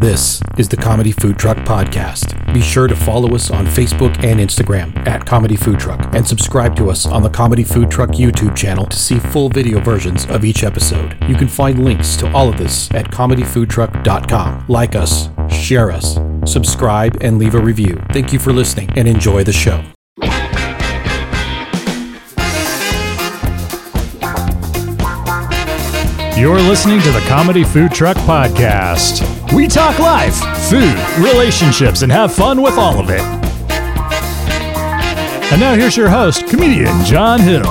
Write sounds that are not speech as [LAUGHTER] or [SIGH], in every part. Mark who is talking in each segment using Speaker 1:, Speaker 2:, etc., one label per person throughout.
Speaker 1: This is the Comedy Food Truck Podcast. Be sure to follow us on Facebook and Instagram at Comedy Food Truck and subscribe to us on the Comedy Food Truck YouTube channel to see full video versions of each episode. You can find links to all of this at comedyfoodtruck.com. Like us, share us, subscribe, and leave a review. Thank you for listening and enjoy the show.
Speaker 2: You're listening to the Comedy Food Truck Podcast. We talk life, food, relationships, and have fun with all of it. And now here's your host, comedian John Hill.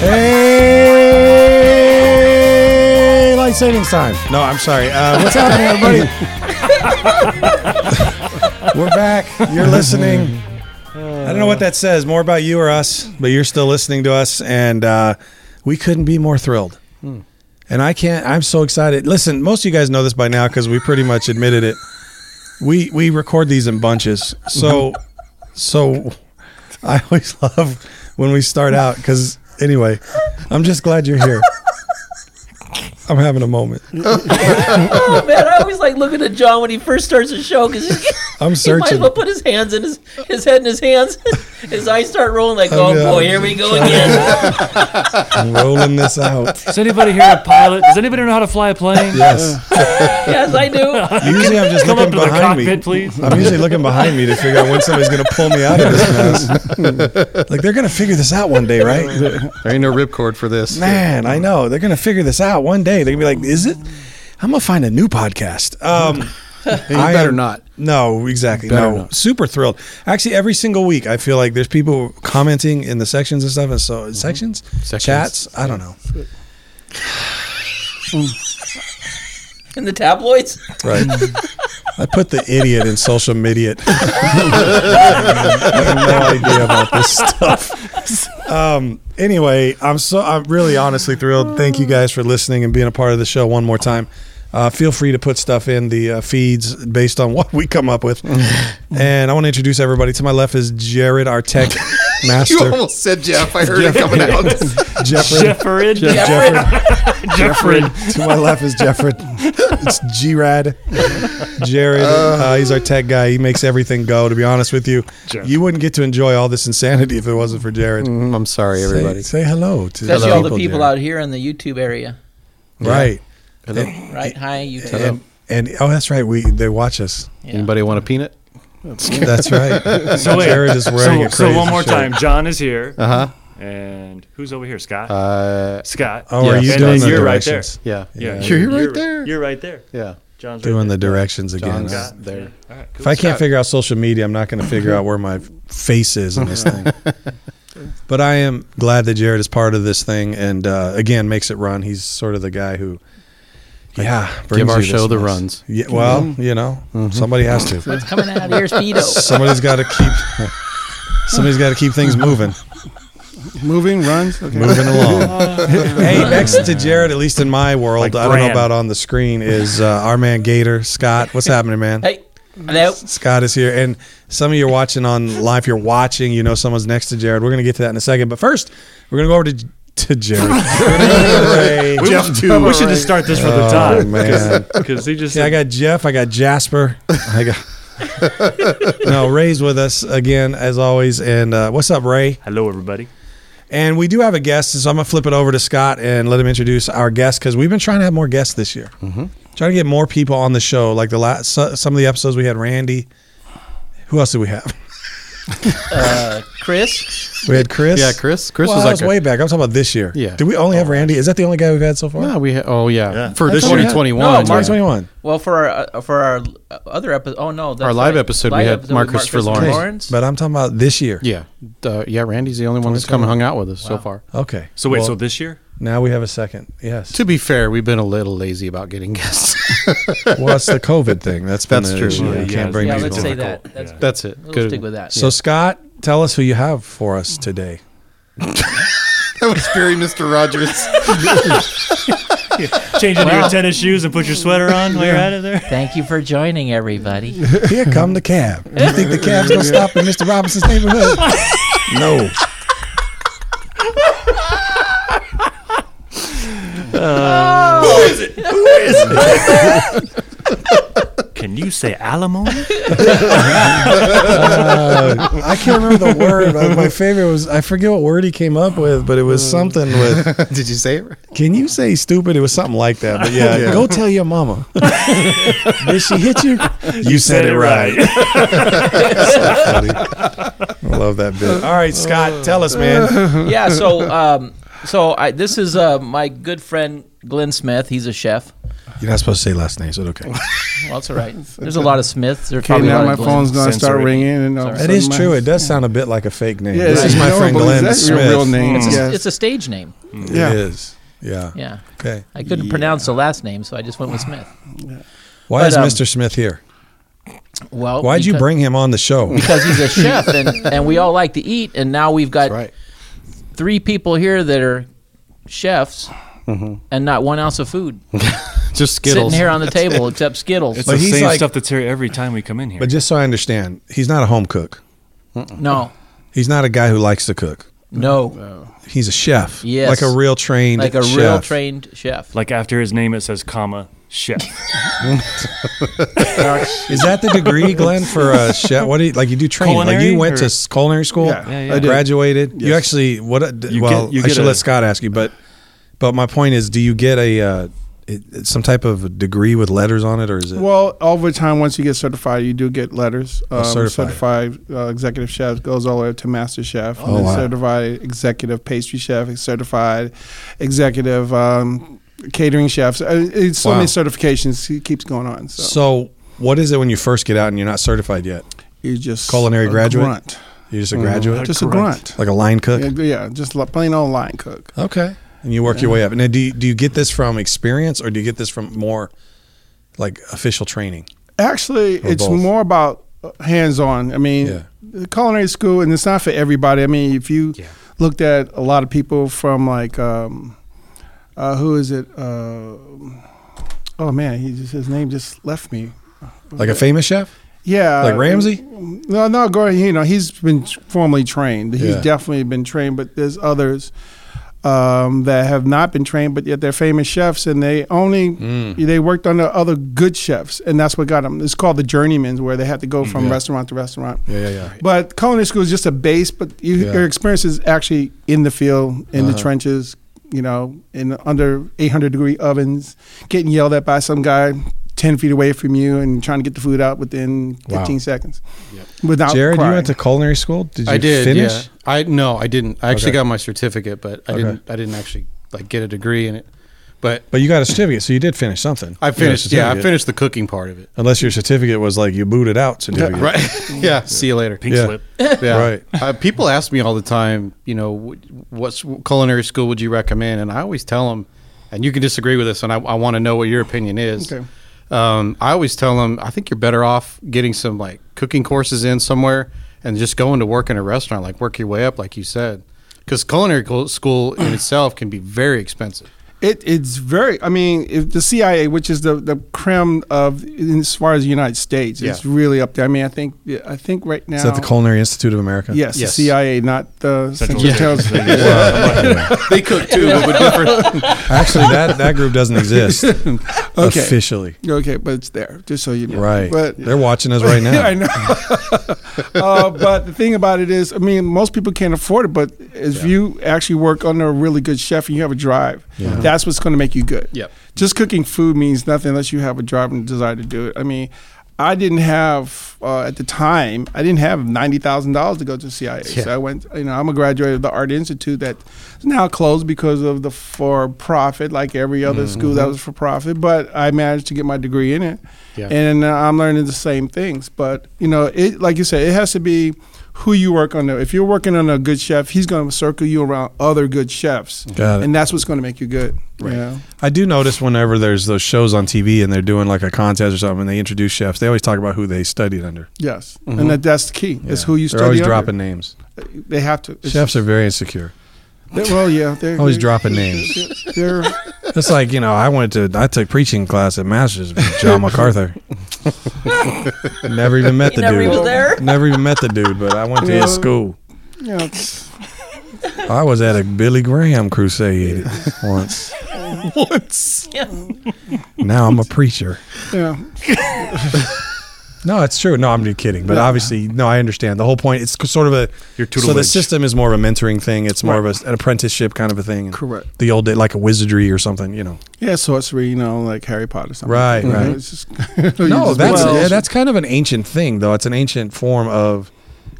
Speaker 3: Hey, light savings time. No, I'm sorry. Uh, [LAUGHS] what's happening, everybody? [LAUGHS] We're back. You're listening. I don't know what that says, more about you or us, but you're still listening to us, and uh, we couldn't be more thrilled. And I can't. I'm so excited. Listen, most of you guys know this by now because we pretty much admitted it. We we record these in bunches, so so I always [LAUGHS] love when we start out because anyway, I'm just glad you're here. I'm having a moment.
Speaker 4: [LAUGHS] Oh man, I always like looking at John when he first starts a show because
Speaker 3: [LAUGHS] I'm
Speaker 4: he might as
Speaker 3: searching.
Speaker 4: well put his hands in his his head in his hands. [LAUGHS] his eyes start rolling like, oh
Speaker 3: yeah.
Speaker 4: boy, here we go
Speaker 3: [LAUGHS]
Speaker 4: again. [LAUGHS]
Speaker 3: I'm rolling this
Speaker 5: [LAUGHS]
Speaker 3: out.
Speaker 6: Does anybody here a pilot? Does anybody know how to fly a plane?
Speaker 3: Yes.
Speaker 4: yes, I do.
Speaker 3: Usually I'm just
Speaker 6: Come up
Speaker 3: looking
Speaker 6: to the
Speaker 3: behind
Speaker 6: cockpit,
Speaker 3: me.
Speaker 6: please.
Speaker 3: I'm [LAUGHS] usually looking behind me to figure out when somebody's going to pull me out of this
Speaker 5: [LAUGHS]
Speaker 3: mess. like they're going to figure this out one day, right?
Speaker 5: There ain't no ripcord for this.
Speaker 3: Man, I know they're going to figure this out one day. They're going to be like, "Is it?" I'm going to find a new podcast. Um,
Speaker 5: [LAUGHS] Hey, you
Speaker 3: I
Speaker 5: better
Speaker 3: am-
Speaker 5: not.
Speaker 3: No, exactly.
Speaker 5: Better
Speaker 3: No,
Speaker 5: not.
Speaker 3: super thrilled. Actually, every single week, I feel like there's people commenting in the sections and stuff, and so sections,
Speaker 5: Mm-hmm. Sections.
Speaker 3: chats. I don't know.
Speaker 4: In the tabloids.
Speaker 3: Right. I put the idiot in social media. [LAUGHS] I have no idea about this stuff. Um, anyway, I'm so I'm really honestly thrilled. Thank you guys for listening and being a part of the show one more time. Uh, feel free to put stuff in the uh, feeds based on [LAUGHS] what we come up with. and I want to introduce everybody. To my left is Jared, our tech
Speaker 5: [LAUGHS] You
Speaker 3: master.
Speaker 5: almost said Jeff. I heard it coming out.
Speaker 3: Jeffrey.
Speaker 6: Jeffrid.
Speaker 3: Jeffrey.
Speaker 6: Jeffrid.
Speaker 3: to my left is Jeffrey. It's G Rad. Jared, uh, he's our tech guy. He makes everything go. To be honest with you,
Speaker 2: Jeff.
Speaker 3: you wouldn't get to enjoy all this insanity if it wasn't for Jared.
Speaker 5: [LAUGHS]
Speaker 6: Mm-hmm.
Speaker 5: Mm, I'm sorry, everybody.
Speaker 3: Say, say hello to
Speaker 4: Especially all the people
Speaker 3: Jared.
Speaker 4: out here in the YouTube area,
Speaker 3: right?
Speaker 5: Hello.
Speaker 4: right? Hi, YouTube.
Speaker 3: And, and oh, that's right. We they watch us.
Speaker 4: Yeah.
Speaker 5: Anybody want a peanut?
Speaker 3: That's right.
Speaker 6: [LAUGHS] So wait.
Speaker 3: Jared is wearing
Speaker 6: so,
Speaker 3: a
Speaker 6: so
Speaker 3: crazy
Speaker 6: one more
Speaker 3: shirt. Uh-huh.
Speaker 6: time. John is here.
Speaker 5: Uh huh.
Speaker 6: And who's over here? Scott.
Speaker 5: Uh,
Speaker 6: Scott.
Speaker 3: Oh,
Speaker 5: Yeah.
Speaker 3: are you
Speaker 6: and
Speaker 3: doing
Speaker 6: then
Speaker 3: the
Speaker 6: you're
Speaker 3: directions?
Speaker 5: yeah.
Speaker 6: right there. Yeah.
Speaker 5: You're right there.
Speaker 6: You're right there.
Speaker 5: Yeah.
Speaker 6: John's
Speaker 3: Doing the
Speaker 6: right there.
Speaker 3: directions again.
Speaker 5: John's-
Speaker 6: Scott.
Speaker 5: There.
Speaker 6: Yeah. All right, cool.
Speaker 3: If I can't figure out social media, I'm not going to figure out where my face is in this
Speaker 5: [LAUGHS]
Speaker 3: thing. But I am glad that Jared is part of this thing, and uh, again makes it run. He's sort of the guy who, yeah, brings
Speaker 5: Give our
Speaker 3: you this
Speaker 5: show the
Speaker 3: mess.
Speaker 5: runs. Mm-hmm.
Speaker 3: Yeah, well, you know, somebody has to.
Speaker 5: [LAUGHS]
Speaker 4: What's coming out of your speedo?
Speaker 3: Somebody's got to keep. Somebody's got to keep things moving,
Speaker 5: Moving runs. Okay.
Speaker 3: moving along. [LAUGHS]
Speaker 5: [LAUGHS]
Speaker 3: hey, next to Jared, at least in my world,
Speaker 6: Like
Speaker 3: I don't know
Speaker 6: Bran.
Speaker 3: about on the screen, is uh, our man Gator Scott. What's happening, man?
Speaker 4: Hey, hello.
Speaker 3: Scott is here, and some of you are watching on live. You're watching, you know, someone's next to Jared. We're gonna get to that in a second, but first, we're gonna go over to to Jared. We're gonna go to Ray.
Speaker 6: We, Jeff too. We should just start this from the
Speaker 3: Oh,
Speaker 6: top.
Speaker 3: man.
Speaker 6: Because he just.
Speaker 3: Yeah, I got Jeff. I got Jasper. I got no Ray's with us again as always. And uh, what's up, Ray?
Speaker 6: Hello, everybody.
Speaker 3: And we do have a guest, so I'm gonna flip it over to Scott and let him introduce our guest because we've been trying to have more guests this year, trying to get more people on the show. Like the last, so, some of the episodes we had Randy. Who else did we have?
Speaker 4: Uh, Chris.
Speaker 3: We had Chris.
Speaker 5: Yeah, Chris. Chris
Speaker 3: well,
Speaker 5: was
Speaker 3: that
Speaker 5: like
Speaker 3: was
Speaker 5: a-
Speaker 3: way back. I'm talking about this year.
Speaker 5: Yeah.
Speaker 3: Did we only have Randy? Is that the only guy we've had so far?
Speaker 5: No, we. Ha- oh yeah.
Speaker 2: Yeah.
Speaker 5: For this
Speaker 3: thought we had-
Speaker 5: 2021.
Speaker 4: No,
Speaker 5: yeah.
Speaker 4: Mark's
Speaker 3: March 21.
Speaker 4: Well, for our uh, for our other episode. Oh no, that's
Speaker 5: Our live episode, we had
Speaker 4: episode with
Speaker 5: Marcus
Speaker 4: Marcus
Speaker 5: for
Speaker 4: and
Speaker 5: Lawrence.
Speaker 3: But I'm talking about this year.
Speaker 5: Yeah. Uh, yeah. Randy's the only one that's come and hung out with us so far.
Speaker 3: Okay.
Speaker 6: So wait,
Speaker 3: Well,
Speaker 6: so this year?
Speaker 3: now we have a second. Yes.
Speaker 6: [LAUGHS]
Speaker 5: To be fair, we've been a little lazy about getting guests.
Speaker 3: well, it's the COVID thing. That's been
Speaker 5: That's
Speaker 3: the
Speaker 5: true.
Speaker 3: issue.
Speaker 5: Yeah,
Speaker 3: you
Speaker 6: yeah,
Speaker 3: can't bring
Speaker 4: yeah,
Speaker 3: people.
Speaker 4: let's say
Speaker 3: in.
Speaker 4: that. That's good.
Speaker 5: that's it.
Speaker 4: We'll
Speaker 5: Good.
Speaker 4: stick with that.
Speaker 3: So Scott, tell us who you have for us
Speaker 6: [LAUGHS]
Speaker 3: today.
Speaker 5: That was very Mr. Rogers.
Speaker 6: Change into
Speaker 4: Wow.
Speaker 6: your tennis shoes and put your sweater on while you're at it there.
Speaker 4: Thank you for joining, everybody.
Speaker 3: Here come the
Speaker 6: [LAUGHS]
Speaker 3: cab. You think the cab's gonna stop in Mr. Robinson's neighborhood? No.
Speaker 6: Can you say [LAUGHS] alimony?
Speaker 3: I can't remember the word. But my favorite was I forget what word he came up with, but it was something with.
Speaker 5: [LAUGHS] Did you say it? right?
Speaker 3: Can you say stupid? It was something like that. But [LAUGHS] yeah,
Speaker 5: Yeah.
Speaker 3: go tell your mama. [LAUGHS] Did she hit you? You, said, it right. [LAUGHS]
Speaker 5: I love that bit.
Speaker 3: All right, Scott, tell us, man.
Speaker 4: yeah. So, um, so I, this is uh, my good friend Glenn Smith. He's a chef.
Speaker 3: You're not supposed to say last names, but [LAUGHS] okay.
Speaker 4: Well, that's all right. There's a lot of Smiths. There's
Speaker 7: Okay,
Speaker 4: probably a
Speaker 7: now
Speaker 4: lot
Speaker 7: my
Speaker 4: of Glenns.
Speaker 7: phone's gonna start
Speaker 6: Sensory.
Speaker 7: ringing, and all of a
Speaker 3: That
Speaker 7: sudden
Speaker 3: is
Speaker 7: my-
Speaker 3: true. It does sound a bit like a fake name.
Speaker 7: Yeah,
Speaker 3: this
Speaker 7: it's
Speaker 3: is my
Speaker 7: no,
Speaker 3: friend
Speaker 7: but
Speaker 3: Glenn
Speaker 7: That's
Speaker 3: Smith.
Speaker 7: your real name.
Speaker 4: It's,
Speaker 7: yeah.
Speaker 4: a, it's a stage name.
Speaker 7: yeah.
Speaker 3: It is. Yeah.
Speaker 4: Yeah.
Speaker 3: Okay.
Speaker 4: I couldn't pronounce the last name, so I just went with Smith.
Speaker 3: Why
Speaker 4: But,
Speaker 3: is
Speaker 4: um,
Speaker 3: Mr. Smith here?
Speaker 4: Well,
Speaker 3: Why'd you
Speaker 4: because-
Speaker 3: bring him on the
Speaker 4: [LAUGHS]
Speaker 3: show?
Speaker 4: Because he's a chef, and, [LAUGHS] and we all like to eat, and now we've got
Speaker 5: right.
Speaker 4: three people here that are chefs, and not one ounce of food
Speaker 5: Just
Speaker 4: sitting here on the table except Skittles.
Speaker 6: It's
Speaker 3: But
Speaker 6: the
Speaker 3: he's
Speaker 6: same
Speaker 3: like-
Speaker 6: stuff that's here every time we come in here.
Speaker 3: But just so I understand, he's not a home cook.
Speaker 4: no,
Speaker 3: He's not a guy who likes to cook.
Speaker 4: no,
Speaker 3: He's a chef.
Speaker 4: Yes.
Speaker 3: Like a real trained
Speaker 4: like a
Speaker 3: chef.
Speaker 4: real trained chef.
Speaker 6: like after his name, it says comma chef.
Speaker 3: Is that the
Speaker 7: [LAUGHS]
Speaker 3: degree, Glenn, for a chef? What do you like? You do training? like
Speaker 6: Culinary
Speaker 3: you went
Speaker 6: or-
Speaker 3: to s- culinary school,
Speaker 7: Yeah, Yeah, yeah. I did.
Speaker 3: graduated. You
Speaker 7: Yes.
Speaker 3: actually what? uh, d
Speaker 6: You
Speaker 3: well,
Speaker 6: get- you
Speaker 3: I
Speaker 6: get
Speaker 3: should
Speaker 6: a-
Speaker 3: let Scott ask you, but but my point is, do you get a uh, it, it's some type of degree with letters on it, or is it?
Speaker 7: Well, over time, once you get certified, you do get letters. Um,
Speaker 3: Oh, certified.
Speaker 7: certified uh, executive chef goes all the way up to master chef.
Speaker 3: Oh,
Speaker 7: and then
Speaker 3: wow.
Speaker 7: Certified executive pastry chef, certified executive um, catering chefs. Uh, it's so
Speaker 3: Wow.
Speaker 7: many certifications. It keeps going on. So,
Speaker 3: so what is it when you first get out and you're not certified yet?
Speaker 7: you just
Speaker 3: culinary
Speaker 7: a
Speaker 3: graduate?
Speaker 7: grunt.
Speaker 3: You're just a graduate,
Speaker 7: just a grunt.
Speaker 3: like a line cook.
Speaker 7: Yeah, yeah, just li- plain old line cook.
Speaker 3: Okay, and you work your way up. And then do you, do you get this from experience, or do you get this from more like official training?
Speaker 7: Actually,
Speaker 3: Or
Speaker 7: it's
Speaker 3: both?
Speaker 7: more about uh, hands-on. I mean,
Speaker 3: Yeah.
Speaker 7: the culinary school, and it's not for everybody. I mean, if you looked at a lot of people from like, um, uh, who is it? Uh, oh man, he just, his name just left me.
Speaker 3: Like
Speaker 7: Uh,
Speaker 3: a famous chef,
Speaker 7: Yeah,
Speaker 3: like Ramsey.
Speaker 7: No, no, Gordon. You know, he's been formally trained. He's
Speaker 3: Yeah.
Speaker 7: definitely been trained, but there's others um, that have not been trained, but yet they're famous chefs, and they only
Speaker 3: Mm.
Speaker 7: they worked under other good chefs, and that's what got them. It's called the journeymans, where they had to go from restaurant to restaurant.
Speaker 3: Yeah, yeah, yeah.
Speaker 7: But culinary school is just a base, but you,
Speaker 3: Yeah. Uh-huh.
Speaker 7: your experience is actually in the field, in the trenches. You know, in under 800 degree ovens, getting yelled at by some guy 10 feet away from you, and trying to get the food out within 15
Speaker 3: Wow.
Speaker 7: seconds. Without
Speaker 3: Jared,
Speaker 7: crying.
Speaker 3: you went to culinary school. Did you
Speaker 5: I did.
Speaker 3: finish?
Speaker 5: Yeah. I no, I didn't. I actually
Speaker 3: Okay.
Speaker 5: got my certificate, but I
Speaker 3: Okay.
Speaker 5: didn't. I didn't actually like get a degree in it. But
Speaker 3: But you got a certificate, so you did finish something.
Speaker 5: I
Speaker 3: You got a
Speaker 5: finished. Yeah, I
Speaker 3: certificate.
Speaker 5: finished the cooking part of it.
Speaker 3: Unless your certificate was like you booted out certificate.
Speaker 5: Right. [LAUGHS] yeah. See you later.
Speaker 6: Pink
Speaker 3: Yeah.
Speaker 6: slip.
Speaker 5: [LAUGHS] Yeah.
Speaker 3: Right.
Speaker 5: Uh, people ask me all the time, you know, wh- what s- culinary school would you recommend? And I always tell them, and you can disagree with this, and I, I want to know what your opinion is.
Speaker 7: Okay.
Speaker 5: Um, I always tell them, I think you're better off getting some like cooking courses in somewhere and just going to work in a restaurant, like work your way up, like you said. Because culinary co- school
Speaker 7: [CLEARS THROAT]
Speaker 5: in itself can be very expensive.
Speaker 7: It, it's very. I mean, if the CIA, which is the the creme of as far as the United States, it's
Speaker 5: Yeah.
Speaker 7: really up there. I mean, I think I think right now.
Speaker 3: Is that the Culinary Institute of America?
Speaker 7: Yes,
Speaker 5: Yes.
Speaker 7: the CIA, not the Central Intelligence.
Speaker 5: they cook too, but [LAUGHS] with different.
Speaker 3: Actually, that, that
Speaker 7: [LAUGHS]
Speaker 3: group doesn't exist officially.
Speaker 7: Okay, but it's there, just so you know.
Speaker 3: Right.
Speaker 7: But
Speaker 3: They're watching us
Speaker 7: [LAUGHS]
Speaker 3: right now.
Speaker 7: I know. [LAUGHS] uh, but the thing about it is, I mean, most people can't afford it. But if you actually work under a really good chef and you have a drive, that's what's going to make you good.
Speaker 5: Yep.
Speaker 7: Just cooking food means nothing unless you have a drive and desire to do it. I mean, I didn't have uh, at the time. I didn't have ninety thousand dollars to go to CIA. So I went. You know, I'm a graduate of the Art Institute that is now closed because of the for profit, like every other school that was for profit. But I managed to get my degree in it,
Speaker 5: Yeah.
Speaker 7: and uh, I'm learning the same things. But you know, it like you said, it has to be who you work under. If you're working under a good chef, he's going to circle you around other good chefs,
Speaker 3: Got it.
Speaker 7: and that's what's going to make you good. Right.
Speaker 3: I do notice whenever there's those shows on TV and they're doing like a contest or something and they introduce chefs, they always talk about who they studied under.
Speaker 7: Yes, and that, that's the key. It's who you
Speaker 3: Mm-hmm. They're
Speaker 7: study
Speaker 3: always
Speaker 7: under.
Speaker 3: dropping names.
Speaker 7: They have to. It's-
Speaker 3: Chefs are very insecure.
Speaker 7: They- well, yeah.
Speaker 3: [LAUGHS]
Speaker 7: They're
Speaker 3: Always
Speaker 7: they're-
Speaker 3: dropping names.
Speaker 7: They're
Speaker 3: It's like, you know, I went to, I took preaching class at Masters with
Speaker 4: [LAUGHS]
Speaker 3: John MacArthur. never even met the
Speaker 4: never
Speaker 3: dude.
Speaker 4: even there?
Speaker 3: Never even met the dude, but I went to
Speaker 7: Yeah.
Speaker 3: his school.
Speaker 7: you know, it's-
Speaker 4: [LAUGHS]
Speaker 3: I was at a Billy Graham crusade once.
Speaker 5: once.
Speaker 3: [LAUGHS] Now I'm a preacher.
Speaker 7: Yeah.
Speaker 3: No, it's true. No, I'm just kidding. But obviously, no, I understand the whole point. It's sort of a
Speaker 5: Your
Speaker 3: So the
Speaker 5: tutelage.
Speaker 3: system is more of a mentoring thing. It's more of a, an apprenticeship kind of a thing.
Speaker 7: Correct.
Speaker 3: The old day, like a wizardry or something. You know.
Speaker 7: Yeah, sorcery, you know, like Harry Potter. Something.
Speaker 3: Right,
Speaker 7: You know,
Speaker 3: right.
Speaker 7: It's just, [LAUGHS] you
Speaker 3: No,
Speaker 7: just
Speaker 3: that's
Speaker 7: make-
Speaker 3: yeah, that's kind of an ancient thing, though. It's an ancient form of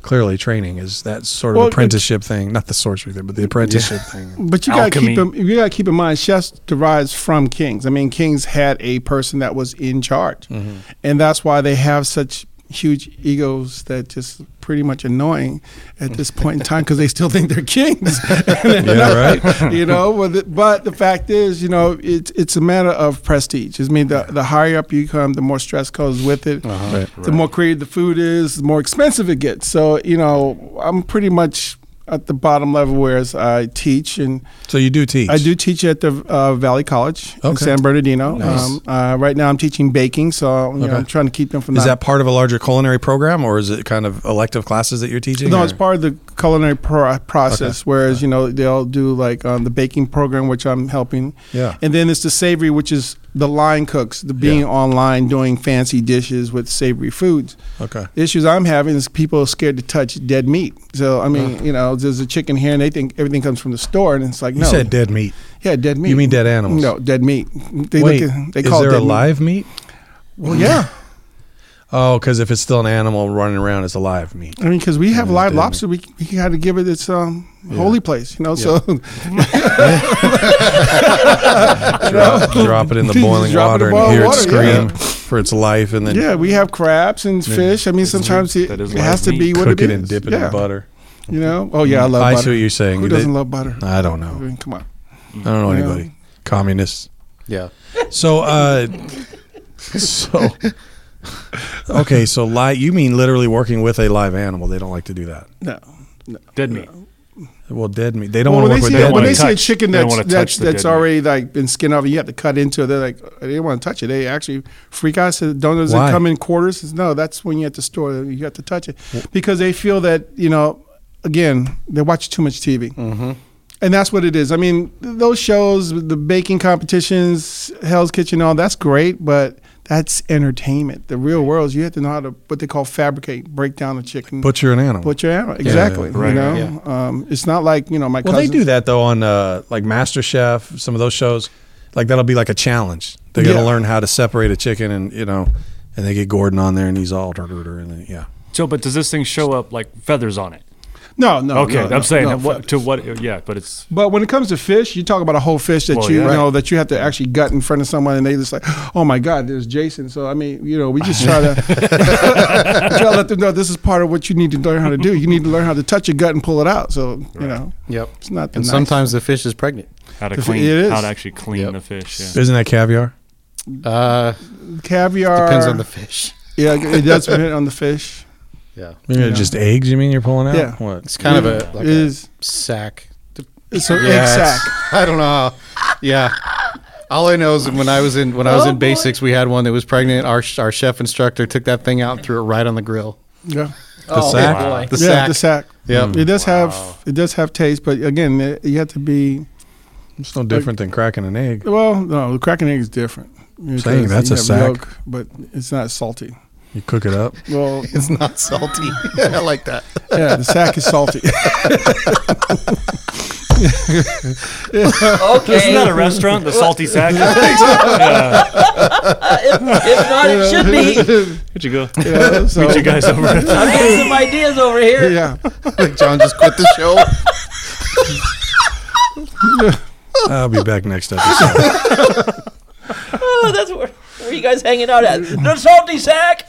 Speaker 3: clearly training is that sort of
Speaker 7: Well,
Speaker 3: apprenticeship thing, not the sorcery thing, but the apprenticeship
Speaker 7: [LAUGHS]
Speaker 3: thing.
Speaker 7: But you gotta keep
Speaker 6: Alchemy.
Speaker 7: in, you gotta keep in mind, chefs derives from kings. I mean, kings had a person that was in charge,
Speaker 3: Mm-hmm.
Speaker 7: and that's why they have such huge egos that just pretty much annoying at this point in time because they still think they're kings. [LAUGHS]
Speaker 3: Yeah, right.
Speaker 7: you know, but the, but the fact is, you know, it's it's a matter of prestige. I mean, the the higher up you come, the more stress goes with it.
Speaker 3: Uh-huh.
Speaker 7: The more creative the food is, the more expensive it gets. So you know, I'm pretty much at the bottom level, whereas I teach and
Speaker 3: So you do teach.
Speaker 7: I do teach at the uh, Valley College in
Speaker 3: Okay.
Speaker 7: San Bernardino.
Speaker 3: Nice.
Speaker 7: Um, uh, right now, I'm teaching baking, so you know, I'm trying to keep them from
Speaker 3: Is
Speaker 7: not-
Speaker 3: that part of a larger culinary program, or is it kind of elective classes that you're teaching?
Speaker 7: No,
Speaker 3: or-
Speaker 7: it's part of the culinary pro- process. Whereas you know they'll do like um, the baking program, which I'm helping.
Speaker 3: Yeah.
Speaker 7: And then it's the savory, which is the line cooks, the being online doing fancy dishes with savory foods.
Speaker 3: Okay.
Speaker 7: Issues I'm having is people are scared to touch dead meat. So I mean, you know, there's a chicken here, and they think everything comes from the store, and it's like
Speaker 3: Uh. You
Speaker 7: no,
Speaker 3: said dead meat.
Speaker 7: yeah, dead meat.
Speaker 3: You mean dead animals?
Speaker 7: No, dead meat. They
Speaker 3: Wait,
Speaker 7: look at, they
Speaker 3: is
Speaker 7: call it
Speaker 3: there a
Speaker 7: dead meat.
Speaker 3: live meat?
Speaker 7: Well, yeah.
Speaker 3: Oh, because if it's still an animal running around, it's alive meat.
Speaker 7: I mean, because we have live
Speaker 3: dead meat.
Speaker 7: lobster, we, we got to give it its um, holy place, you know. So [LAUGHS]
Speaker 3: Drop, drop it in the
Speaker 7: You [LAUGHS] just
Speaker 3: boiling
Speaker 7: drop
Speaker 3: water
Speaker 7: it in
Speaker 3: and
Speaker 7: boiling
Speaker 3: hear it
Speaker 7: water,
Speaker 3: scream for its life, and then
Speaker 7: Yeah, we have crabs and fish. I mean, sometimes it,
Speaker 6: That
Speaker 7: it
Speaker 6: is
Speaker 7: has
Speaker 6: live
Speaker 7: to be
Speaker 6: meat.
Speaker 7: what
Speaker 3: cook
Speaker 7: it
Speaker 3: it
Speaker 7: is.
Speaker 3: and dip it
Speaker 7: yeah.
Speaker 3: in butter. Mm-hmm.
Speaker 7: You know? Oh yeah, I love
Speaker 3: I
Speaker 7: butter.
Speaker 3: see what you're saying.
Speaker 7: Who
Speaker 3: They-
Speaker 7: doesn't love butter?
Speaker 3: I don't
Speaker 7: I
Speaker 3: know.
Speaker 7: mean, come on.
Speaker 3: I don't know
Speaker 7: Yeah.
Speaker 3: anybody. Communists.
Speaker 5: Yeah.
Speaker 3: So, uh, so okay. So, live. You mean literally working with a live animal? They don't like to do that.
Speaker 7: No.
Speaker 6: Dead meat.
Speaker 3: Well, dead meat. They don't
Speaker 7: Well, when
Speaker 3: want
Speaker 7: they
Speaker 3: to work
Speaker 7: see,
Speaker 3: with dead
Speaker 7: when
Speaker 6: wanna
Speaker 7: they
Speaker 3: meat.
Speaker 7: see a
Speaker 6: touch-
Speaker 7: chicken
Speaker 6: they don't
Speaker 7: that's
Speaker 6: wanna touch
Speaker 7: that's,
Speaker 6: the
Speaker 7: that's
Speaker 6: dead meat.
Speaker 7: already like been skinned off and you have to cut into it, they're like they didn't want to touch it. They actually freak out. Said, "Don't does
Speaker 3: Why?
Speaker 7: it come in quarters?" Says, no, that's when you have to store. it. You have to touch it because they feel that you know. Again, they watch too much TV.
Speaker 6: Mm-hmm.
Speaker 7: And that's what it is. I mean, th- those shows, the baking competitions, Hell's Kitchen, all that's great, but that's entertainment. The real world is you have to know how to what they call fabricate, break down a chicken,
Speaker 3: Butcher an animal.
Speaker 7: butcher animal. Exactly.
Speaker 6: Oh. right,
Speaker 7: you know,
Speaker 5: right,
Speaker 7: um, it's not like you know my.
Speaker 3: Well, they
Speaker 7: cousins-
Speaker 3: do that though on uh, like MasterChef, some of those shows. Like that'll be like a challenge. They got to
Speaker 7: Yeah.
Speaker 3: learn how to separate a chicken, and you know, and they get Gordon on there, and he's all "Dur, dur, dur," and then, yeah.
Speaker 6: So, but does this thing show up like feathers on it?
Speaker 7: No, no.
Speaker 6: Okay,
Speaker 7: no,
Speaker 6: I'm
Speaker 7: no,
Speaker 6: saying
Speaker 7: no,
Speaker 6: what, to
Speaker 7: feathers.
Speaker 6: what? Yeah, but it's
Speaker 7: But when it comes to fish, you talk about a whole fish that
Speaker 6: Well,
Speaker 7: you
Speaker 6: yeah.
Speaker 7: know that you have to actually gut in front of someone, and they just like, oh my God, there's Jason. So I mean, you know, we just try
Speaker 6: [LAUGHS]
Speaker 7: to [LAUGHS] try to let them know this is part of what you need to learn how to do. You need to learn how to touch your gut and pull it out. So you know,
Speaker 5: Yep.
Speaker 7: it's not. The
Speaker 5: And
Speaker 7: nice-
Speaker 5: sometimes the fish is pregnant.
Speaker 6: how to
Speaker 7: If it
Speaker 6: clean,
Speaker 7: is.
Speaker 6: how to actually clean
Speaker 5: Yep.
Speaker 6: the fish. Yeah.
Speaker 3: Isn't that caviar?
Speaker 5: Uh,
Speaker 7: caviar
Speaker 5: depends on the fish.
Speaker 7: yeah, it does depend on the fish.
Speaker 5: Yeah.
Speaker 3: Maybe it's
Speaker 7: Yeah.
Speaker 3: just eggs. You mean you're pulling out?
Speaker 7: Yeah.
Speaker 3: What?
Speaker 5: It's kind
Speaker 7: Yeah.
Speaker 5: of a like
Speaker 7: it is
Speaker 5: a sack.
Speaker 7: it's an egg
Speaker 5: Yeah, it's-
Speaker 7: sack.
Speaker 5: [LAUGHS] I don't know. how- Yeah. All I know is that when I was in when I was in basics, we had one that was pregnant. Our our chef instructor took that thing out and threw it right on the grill. Oh,
Speaker 7: Yeah,
Speaker 3: The
Speaker 4: Oh,
Speaker 3: sack.
Speaker 5: The
Speaker 7: yeah,
Speaker 5: sack. [LAUGHS]
Speaker 7: the sack.
Speaker 5: Yep.
Speaker 7: It does have it does have taste, but again, it, you have to be
Speaker 3: It's no different than cracking an egg.
Speaker 7: Well, no, the cracking egg is different.
Speaker 3: Saying
Speaker 7: Because
Speaker 3: that's
Speaker 7: you
Speaker 3: a
Speaker 7: have
Speaker 3: sack.
Speaker 7: but it's not salty.
Speaker 3: You cook it
Speaker 7: [LAUGHS]
Speaker 3: up.
Speaker 7: Well,
Speaker 5: It's not salty. [LAUGHS] I like that.
Speaker 7: yeah, the sack is salty.
Speaker 6: Isn't that a restaurant? The salty sack.
Speaker 4: if not, it
Speaker 3: [LAUGHS]
Speaker 4: should be.
Speaker 6: Where'd you go?
Speaker 7: Yeah, [LAUGHS] so-
Speaker 6: Meet you guys over at the
Speaker 4: I've got some ideas over
Speaker 3: [LAUGHS]
Speaker 4: here.
Speaker 7: [LAUGHS] yeah.
Speaker 5: Like John just quit the show.
Speaker 3: I'll be back next episode.
Speaker 4: Oh, that's where, where you guys hanging out at. The salty sack.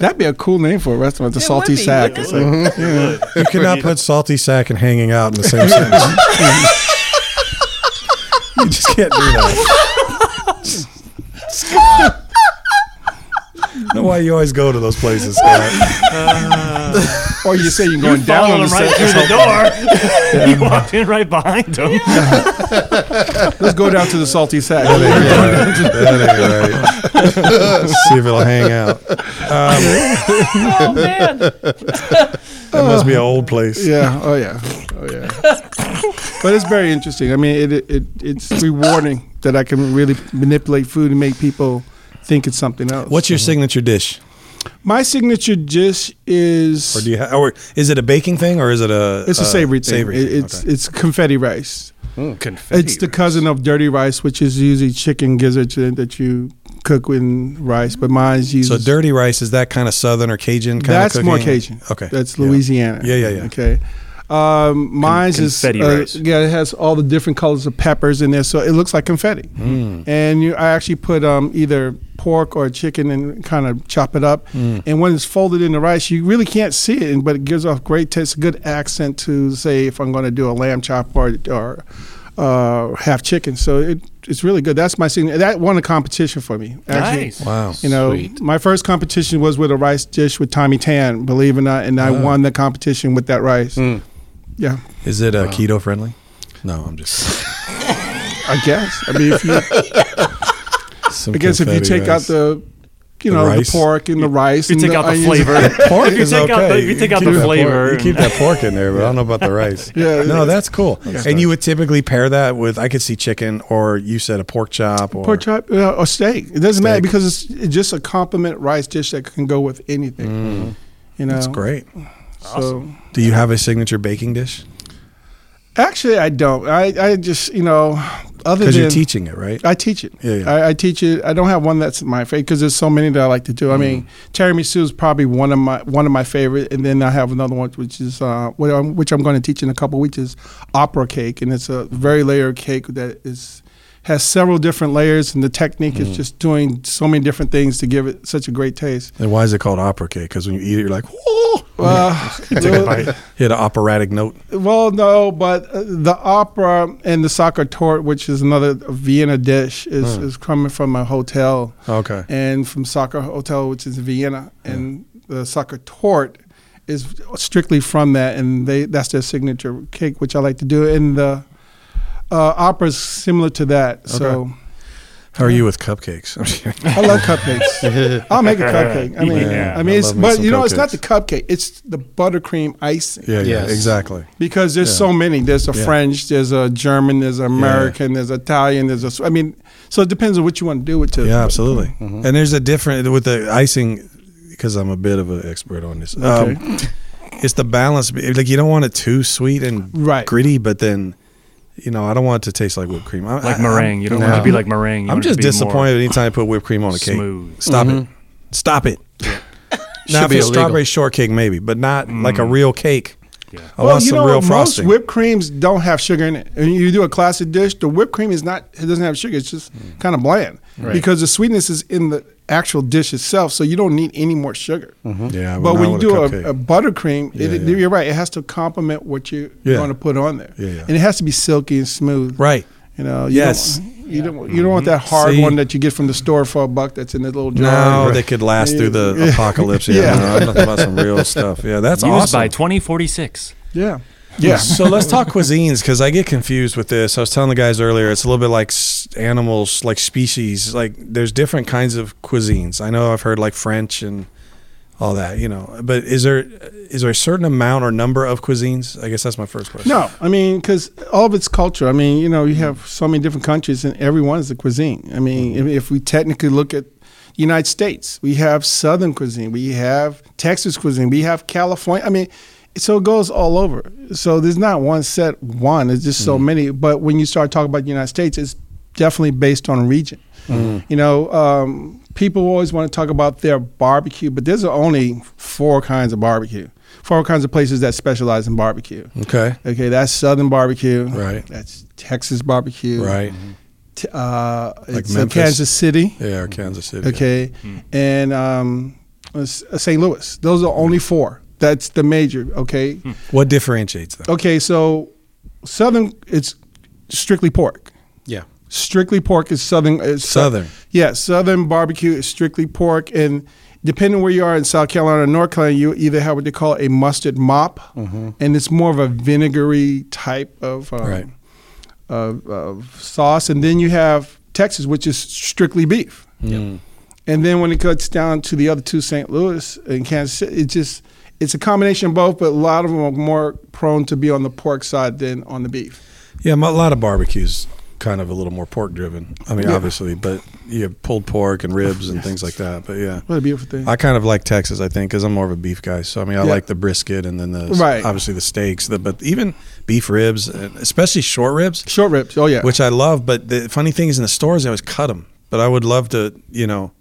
Speaker 7: That'd be a cool name for a restaurant, the
Speaker 4: It
Speaker 7: salty
Speaker 4: would be,
Speaker 7: sack.
Speaker 4: wouldn't
Speaker 7: It's like-
Speaker 3: you cannot put salty sack and hanging out in the same sentence. [LAUGHS] you just can't do that. I know why you always go to those places. Scott.
Speaker 7: or you say you're going down on
Speaker 6: Followed him right
Speaker 7: the sack.
Speaker 6: through the door. [LAUGHS] you walked in right behind him.
Speaker 7: Let's go down to the salty sack.
Speaker 3: That ain't right. That ain't right. See if it'll hang out. [LAUGHS]
Speaker 4: Oh man.
Speaker 6: [LAUGHS]
Speaker 3: That must be an old place.
Speaker 7: yeah. Oh yeah. Oh yeah. but it's very interesting. I mean, it, it, it it's rewarding that I can really manipulate food and make people think it's something else.
Speaker 3: What's your signature dish?
Speaker 7: my signature dish is
Speaker 3: Or do you ha- or is it a baking thing or is it a
Speaker 7: it's a
Speaker 3: uh,
Speaker 7: savory thing.
Speaker 3: Savory.
Speaker 7: It-
Speaker 3: thing?
Speaker 7: it's
Speaker 3: Okay.
Speaker 7: it's confetti rice.
Speaker 5: Confetti.
Speaker 7: it's the cousin of dirty rice, which is usually chicken gizzard that- that you cook with rice, but mine's
Speaker 3: so
Speaker 7: usually
Speaker 3: dirty rice is that kind of southern or Cajun kind
Speaker 7: That's
Speaker 3: of
Speaker 7: more
Speaker 3: cooking?
Speaker 7: Cajun.
Speaker 3: Okay.
Speaker 7: That's
Speaker 3: Yeah.
Speaker 7: Louisiana.
Speaker 3: Yeah, yeah, yeah.
Speaker 7: Okay. Um, mine's is
Speaker 6: confetti
Speaker 7: uh,
Speaker 6: rice.
Speaker 7: yeah. It has all the different colors of peppers in there, so it looks like confetti. And you, I actually put um, either pork or chicken and kind of chop it up. And when it's folded in the rice, you really can't see it, and- but it gives off great taste, good accent to say if I'm going to do a lamb chop or or uh, half chicken. So it, it's really good. That's my signature. That won a competition for me. Actually,
Speaker 6: Nice.
Speaker 3: Wow.
Speaker 7: you know,
Speaker 5: Sweet.
Speaker 7: my first competition was with a rice dish with Tommy Tan, believe it or not, and I won the competition with that rice. Yeah,
Speaker 3: Is it uh, keto friendly? No, I'm [LAUGHS] just.
Speaker 7: I guess. I mean, if
Speaker 3: [LAUGHS]
Speaker 7: you,
Speaker 3: some
Speaker 7: I guess if you
Speaker 3: confetti
Speaker 7: take out
Speaker 3: rice.
Speaker 7: the, you
Speaker 3: The
Speaker 7: know, the
Speaker 3: rice?
Speaker 7: pork and the rice,
Speaker 6: If you
Speaker 7: and
Speaker 6: take out the
Speaker 7: onions-
Speaker 6: flavor.
Speaker 3: pork
Speaker 6: [LAUGHS] If you
Speaker 3: is
Speaker 6: take out
Speaker 3: okay.
Speaker 6: the- if you take out
Speaker 3: keep
Speaker 6: the
Speaker 3: that
Speaker 6: flavor
Speaker 3: Pork, you
Speaker 6: and-
Speaker 3: keep
Speaker 6: [LAUGHS]
Speaker 3: that pork in there, but I don't know about the rice.
Speaker 7: Yeah.
Speaker 3: No, that's cool.
Speaker 7: Okay.
Speaker 3: And you would typically pair that with I could see chicken or you said a pork chop or
Speaker 7: [LAUGHS] pork chop uh, or steak. It doesn't matter
Speaker 3: Steak.
Speaker 7: because it's, it's just a compliment rice dish that can go with anything. You know,
Speaker 3: Mm. That's great.
Speaker 7: So.
Speaker 3: Do you have a signature baking dish?
Speaker 7: Actually, I don't. I, I just you know, other
Speaker 3: Because
Speaker 7: than
Speaker 3: you're teaching it, right?
Speaker 7: I teach it.
Speaker 3: Yeah, yeah.
Speaker 7: I, I teach it. I don't have one that's my favorite because there's so many that I like to do. I mean,
Speaker 3: Mm-hmm.
Speaker 7: tiramisu is probably one of my one of my favorite, and then I have another one which is uh, what I'm, which I'm going to teach in a couple weeks is opera cake, and it's a very layered cake that is has several different layers, and the technique
Speaker 3: Mm.
Speaker 7: is just doing so many different things to give it such a great taste.
Speaker 3: And why is it called opera cake? Because when you eat it, you're like, whoa, [LAUGHS]
Speaker 7: Uh,
Speaker 3: you hit an operatic note.
Speaker 7: Well, no, but uh, the opera and the soccer tort, which is another Vienna dish, is, is coming from a hotel
Speaker 3: Hmm. Okay. Hmm.
Speaker 7: and from soccer hotel, which is Vienna, and the soccer tort is strictly from that, and they that's their signature cake, which I like to do, and the uh, opera is similar to that. So
Speaker 3: How are you with cupcakes? [LAUGHS] I'm just kidding.
Speaker 7: I
Speaker 3: [LAUGHS]
Speaker 7: love cupcakes. I'll make a cupcake. I mean,
Speaker 6: Yeah.
Speaker 7: I mean,
Speaker 3: I
Speaker 7: it's,
Speaker 3: love me
Speaker 7: but
Speaker 3: some
Speaker 7: you know, it's not
Speaker 3: cupcakes.
Speaker 7: the cupcake; it's the buttercream icing
Speaker 3: yeah, yeah,
Speaker 5: Yes.
Speaker 3: exactly.
Speaker 7: because there's so many. There's a
Speaker 3: Yeah.
Speaker 7: French, there's a German, there's American, there's Italian, there's a. I mean, so it depends on what you want to do with it.
Speaker 3: Yeah, absolutely. And there's a different with the icing because I'm a bit of an expert on this. Um, it's the balance. Like you don't want it too sweet and
Speaker 7: Right.
Speaker 3: gritty, but then you know I don't want it to taste like whipped cream. I,
Speaker 6: like
Speaker 3: I-
Speaker 6: meringue. You don't want it to be like meringue.
Speaker 3: I'm,
Speaker 6: You
Speaker 3: I'm
Speaker 6: want it to
Speaker 3: just
Speaker 6: be more
Speaker 3: disappointed anytime I put whipped cream on a cake.
Speaker 6: Smooth.
Speaker 3: Stop it. Stop it. [LAUGHS] now
Speaker 5: Should
Speaker 3: if
Speaker 5: be
Speaker 3: it's
Speaker 5: illegal.
Speaker 3: strawberry shortcake, maybe, but not like a real cake.
Speaker 6: Mm. Yeah.
Speaker 3: I want some real
Speaker 7: most
Speaker 3: frosting.
Speaker 7: whipped creams don't have sugar in it. And you do a classic dish, the whipped cream is not. It doesn't have sugar. It's just
Speaker 3: Mm.
Speaker 7: kind of bland because the sweetness is in the actual dish itself. So you don't need any more sugar.
Speaker 3: Mm-hmm. yeah,
Speaker 7: But
Speaker 3: not
Speaker 7: when you
Speaker 3: with a
Speaker 7: do a,
Speaker 3: cupcake.
Speaker 7: a buttercream,
Speaker 3: Yeah,
Speaker 7: it,
Speaker 3: yeah.
Speaker 7: you're right. It has to complement what you're
Speaker 3: Yeah.
Speaker 7: going to put on there,
Speaker 3: Yeah, yeah.
Speaker 7: and it has to be silky and smooth.
Speaker 3: right.
Speaker 7: You know, you
Speaker 3: Yes.
Speaker 7: Don't, want- you don't. want- You don't want that hard
Speaker 3: See?
Speaker 7: one that you get from the store for a buck. That's in that little jar.
Speaker 3: Now they could last through the
Speaker 7: Yeah.
Speaker 3: apocalypse. Yeah,
Speaker 7: Yeah.
Speaker 3: no, I'm talking about some real stuff. Yeah, that's
Speaker 6: Used
Speaker 3: awesome.
Speaker 6: by 2046.
Speaker 7: Yeah.
Speaker 3: [LAUGHS]
Speaker 7: Yeah.
Speaker 3: so let's talk cuisines because I get confused with this. I was telling the guys earlier, it's a little bit like s- animals, like species. Like there's different kinds of cuisines. I know I've heard like French and all that, you know. But is there is there a certain amount or number of cuisines? I guess that's my first question.
Speaker 7: No, I mean, because all of its culture. I mean, you know, you have so many different countries, and every one is a cuisine. I mean,
Speaker 3: Mm-hmm.
Speaker 7: if, if we technically look at the United States, we have Southern cuisine, we have Texas cuisine, we have California. I mean, so it goes all over. So there's not one set one. There's just
Speaker 3: Mm-hmm.
Speaker 7: so many. But when you start talking about the United States, it's definitely based on region.
Speaker 3: Mm-hmm.
Speaker 7: You know, um, people always want to talk about their barbecue, but there's only four kinds of barbecue, four kinds of places that specialize in barbecue.
Speaker 3: Okay.
Speaker 7: Okay, that's Southern barbecue.
Speaker 3: Right.
Speaker 7: That's Texas barbecue.
Speaker 3: Right.
Speaker 7: T- uh, it's uh,
Speaker 3: Memphis.
Speaker 7: Kansas City.
Speaker 3: Yeah, or Kansas City.
Speaker 7: Okay, and um, uh, S- uh, St. Louis. Those are only four. That's the major. Okay.
Speaker 3: What differentiates them?
Speaker 7: Okay, so Southern it's strictly pork.
Speaker 3: Yeah.
Speaker 7: Strictly pork is Southern. Is
Speaker 3: Southern.
Speaker 7: Yeah, Southern barbecue is strictly pork, and depending where you are in South Carolina or North Carolina, you either have what they call a mustard mop, and it's more of a vinegary type of um,
Speaker 3: Mm-hmm. Right.
Speaker 7: of, of sauce, and then you have Texas, which is strictly beef. And then when it cuts down to the other two, St. Louis and Kansas City, it just it's a combination of both, but a lot of them are more prone to be on the pork side than on the beef.
Speaker 3: Yeah, m- a lot of barbecues kind of a little more pork driven. I mean, obviously, but you have pulled pork and ribs and things like that. But yeah,
Speaker 7: What a beautiful thing.
Speaker 3: I kind of like Texas, I think, because I'm more of a beef guy. So I mean, I
Speaker 7: Yeah.
Speaker 3: like the brisket and then the
Speaker 7: Right.
Speaker 3: obviously the steaks. The, but even beef ribs, and especially short ribs,
Speaker 7: Short ribs. Oh yeah.
Speaker 3: which I love. But the funny thing is, in the stores, they always cut them. But I would love to, you know,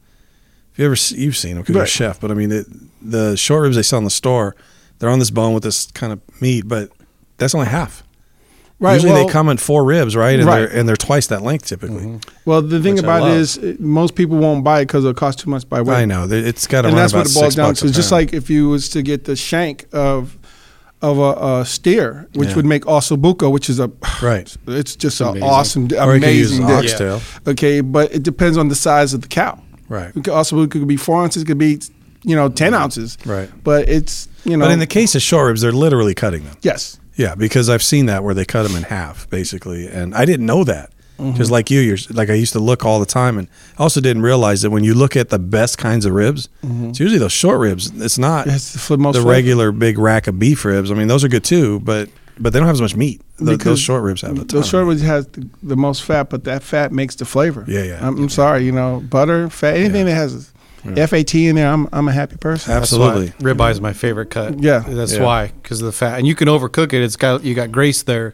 Speaker 3: if you ever se- you've seen them because you're a
Speaker 7: Right.
Speaker 3: chef. But I mean, the, the short ribs they sell in the store, they're on this bone with this kind of meat, but that's only half.
Speaker 7: right.
Speaker 3: Usually
Speaker 7: well-
Speaker 3: they come in four ribs, right? And
Speaker 7: Right. Mm-hmm.
Speaker 3: they're and they're twice that length typically.
Speaker 7: Well, the thing
Speaker 3: which I
Speaker 7: about it
Speaker 3: love.
Speaker 7: is, it- most people won't buy it because it'll cost too much by weight.
Speaker 3: I know They- it's got to run
Speaker 7: and that's
Speaker 3: about
Speaker 7: what it boils
Speaker 3: six
Speaker 7: down
Speaker 3: bucks a
Speaker 7: to. Just
Speaker 3: pound.
Speaker 7: like if you was to get the shank of of a, a steer, which
Speaker 3: Yeah.
Speaker 7: would make ossobuco, which is a [SIGHS]
Speaker 3: Right.
Speaker 7: It's just an
Speaker 5: Amazing.
Speaker 7: awesome,
Speaker 3: Or you could use
Speaker 7: amazing
Speaker 3: an
Speaker 7: dish.
Speaker 3: oxtail.
Speaker 7: Okay, but it depends on the size of the cow.
Speaker 3: Right.
Speaker 7: It could- Ossobuco could be four ounces, it could be you know ten ounces.
Speaker 3: Right.
Speaker 7: But it's you know.
Speaker 3: But in the case of short ribs, they're literally cutting them.
Speaker 7: yes.
Speaker 3: Yeah, because I've seen that where they cut them in half basically, and I didn't know that.
Speaker 7: Mm-hmm.
Speaker 3: Because like you, you're like I used to look all the time, and I also didn't realize that when you look at the best kinds of ribs, it's usually those short ribs. It's not
Speaker 7: Mm-hmm. It's the most
Speaker 3: the
Speaker 7: flavor.
Speaker 3: regular big rack of beef ribs. I mean, those are good too, but but they don't have as much meat. Th-
Speaker 7: Because
Speaker 3: those short ribs have a ton.
Speaker 7: Those
Speaker 3: of
Speaker 7: short
Speaker 3: meat.
Speaker 7: ribs has the, the most fat, but that fat makes the flavor.
Speaker 3: Yeah, yeah.
Speaker 7: I'm, I'm sorry, you know, butter, fat, anything that has fat in there, I'm I'm a happy person.
Speaker 5: That's why
Speaker 3: absolutely.
Speaker 5: Ribeye is my favorite cut.
Speaker 7: Yeah.
Speaker 5: that's
Speaker 3: Yeah.
Speaker 5: why because of the fat, and you can overcook it. It's got you got grace [LAUGHS] there.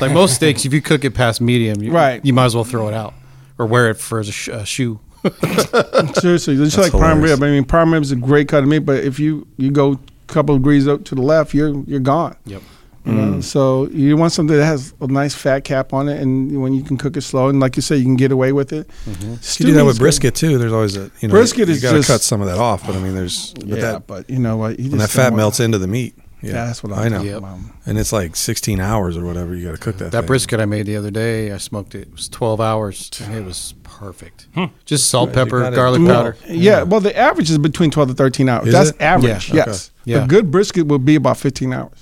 Speaker 5: Like most steaks, if you cook it past medium, you,
Speaker 7: Right.
Speaker 5: you might as well throw it out or wear it for as a, sh- a shoe.
Speaker 7: [LAUGHS] Seriously, just like
Speaker 3: That's
Speaker 7: prime
Speaker 3: hilarious.
Speaker 7: rib. I mean, prime rib is a great cut of meat, but if you you go a couple degrees up to the left, you're you're gone.
Speaker 5: Yep.
Speaker 7: You know,
Speaker 3: Mm.
Speaker 7: So you want something that has a nice fat cap on it, and when you can cook it slow, and like you say, you can get away with it.
Speaker 3: You
Speaker 7: Stew
Speaker 3: do that
Speaker 7: meat's
Speaker 3: with
Speaker 7: good.
Speaker 3: brisket too. There's always a you know
Speaker 7: Brisket
Speaker 3: you
Speaker 7: is
Speaker 3: gotta
Speaker 7: just-
Speaker 3: cut some of that off, but I mean there's but
Speaker 7: Yeah,
Speaker 3: that
Speaker 7: but you know what? You
Speaker 3: when that
Speaker 7: just don't
Speaker 3: fat
Speaker 7: want-
Speaker 3: melts into the meat. Yeah,
Speaker 7: Yeah, that's what I'm
Speaker 3: I know.
Speaker 7: talking
Speaker 5: Yep.
Speaker 7: about.
Speaker 3: And it's like 16 hours or whatever you got to cook that.
Speaker 5: That
Speaker 3: thing.
Speaker 5: brisket I made the other day, I smoked it. It was 12 hours. and it was perfect. Just salt,
Speaker 3: You
Speaker 5: pepper,
Speaker 3: gotta-
Speaker 5: garlic
Speaker 7: No.
Speaker 5: powder.
Speaker 7: Yeah, well, the average is between 12 to 13 hours.
Speaker 3: Is
Speaker 7: That's
Speaker 3: it?
Speaker 7: average,
Speaker 3: Yeah, okay.
Speaker 7: yes.
Speaker 5: Yeah.
Speaker 7: A good brisket would be about 15 hours.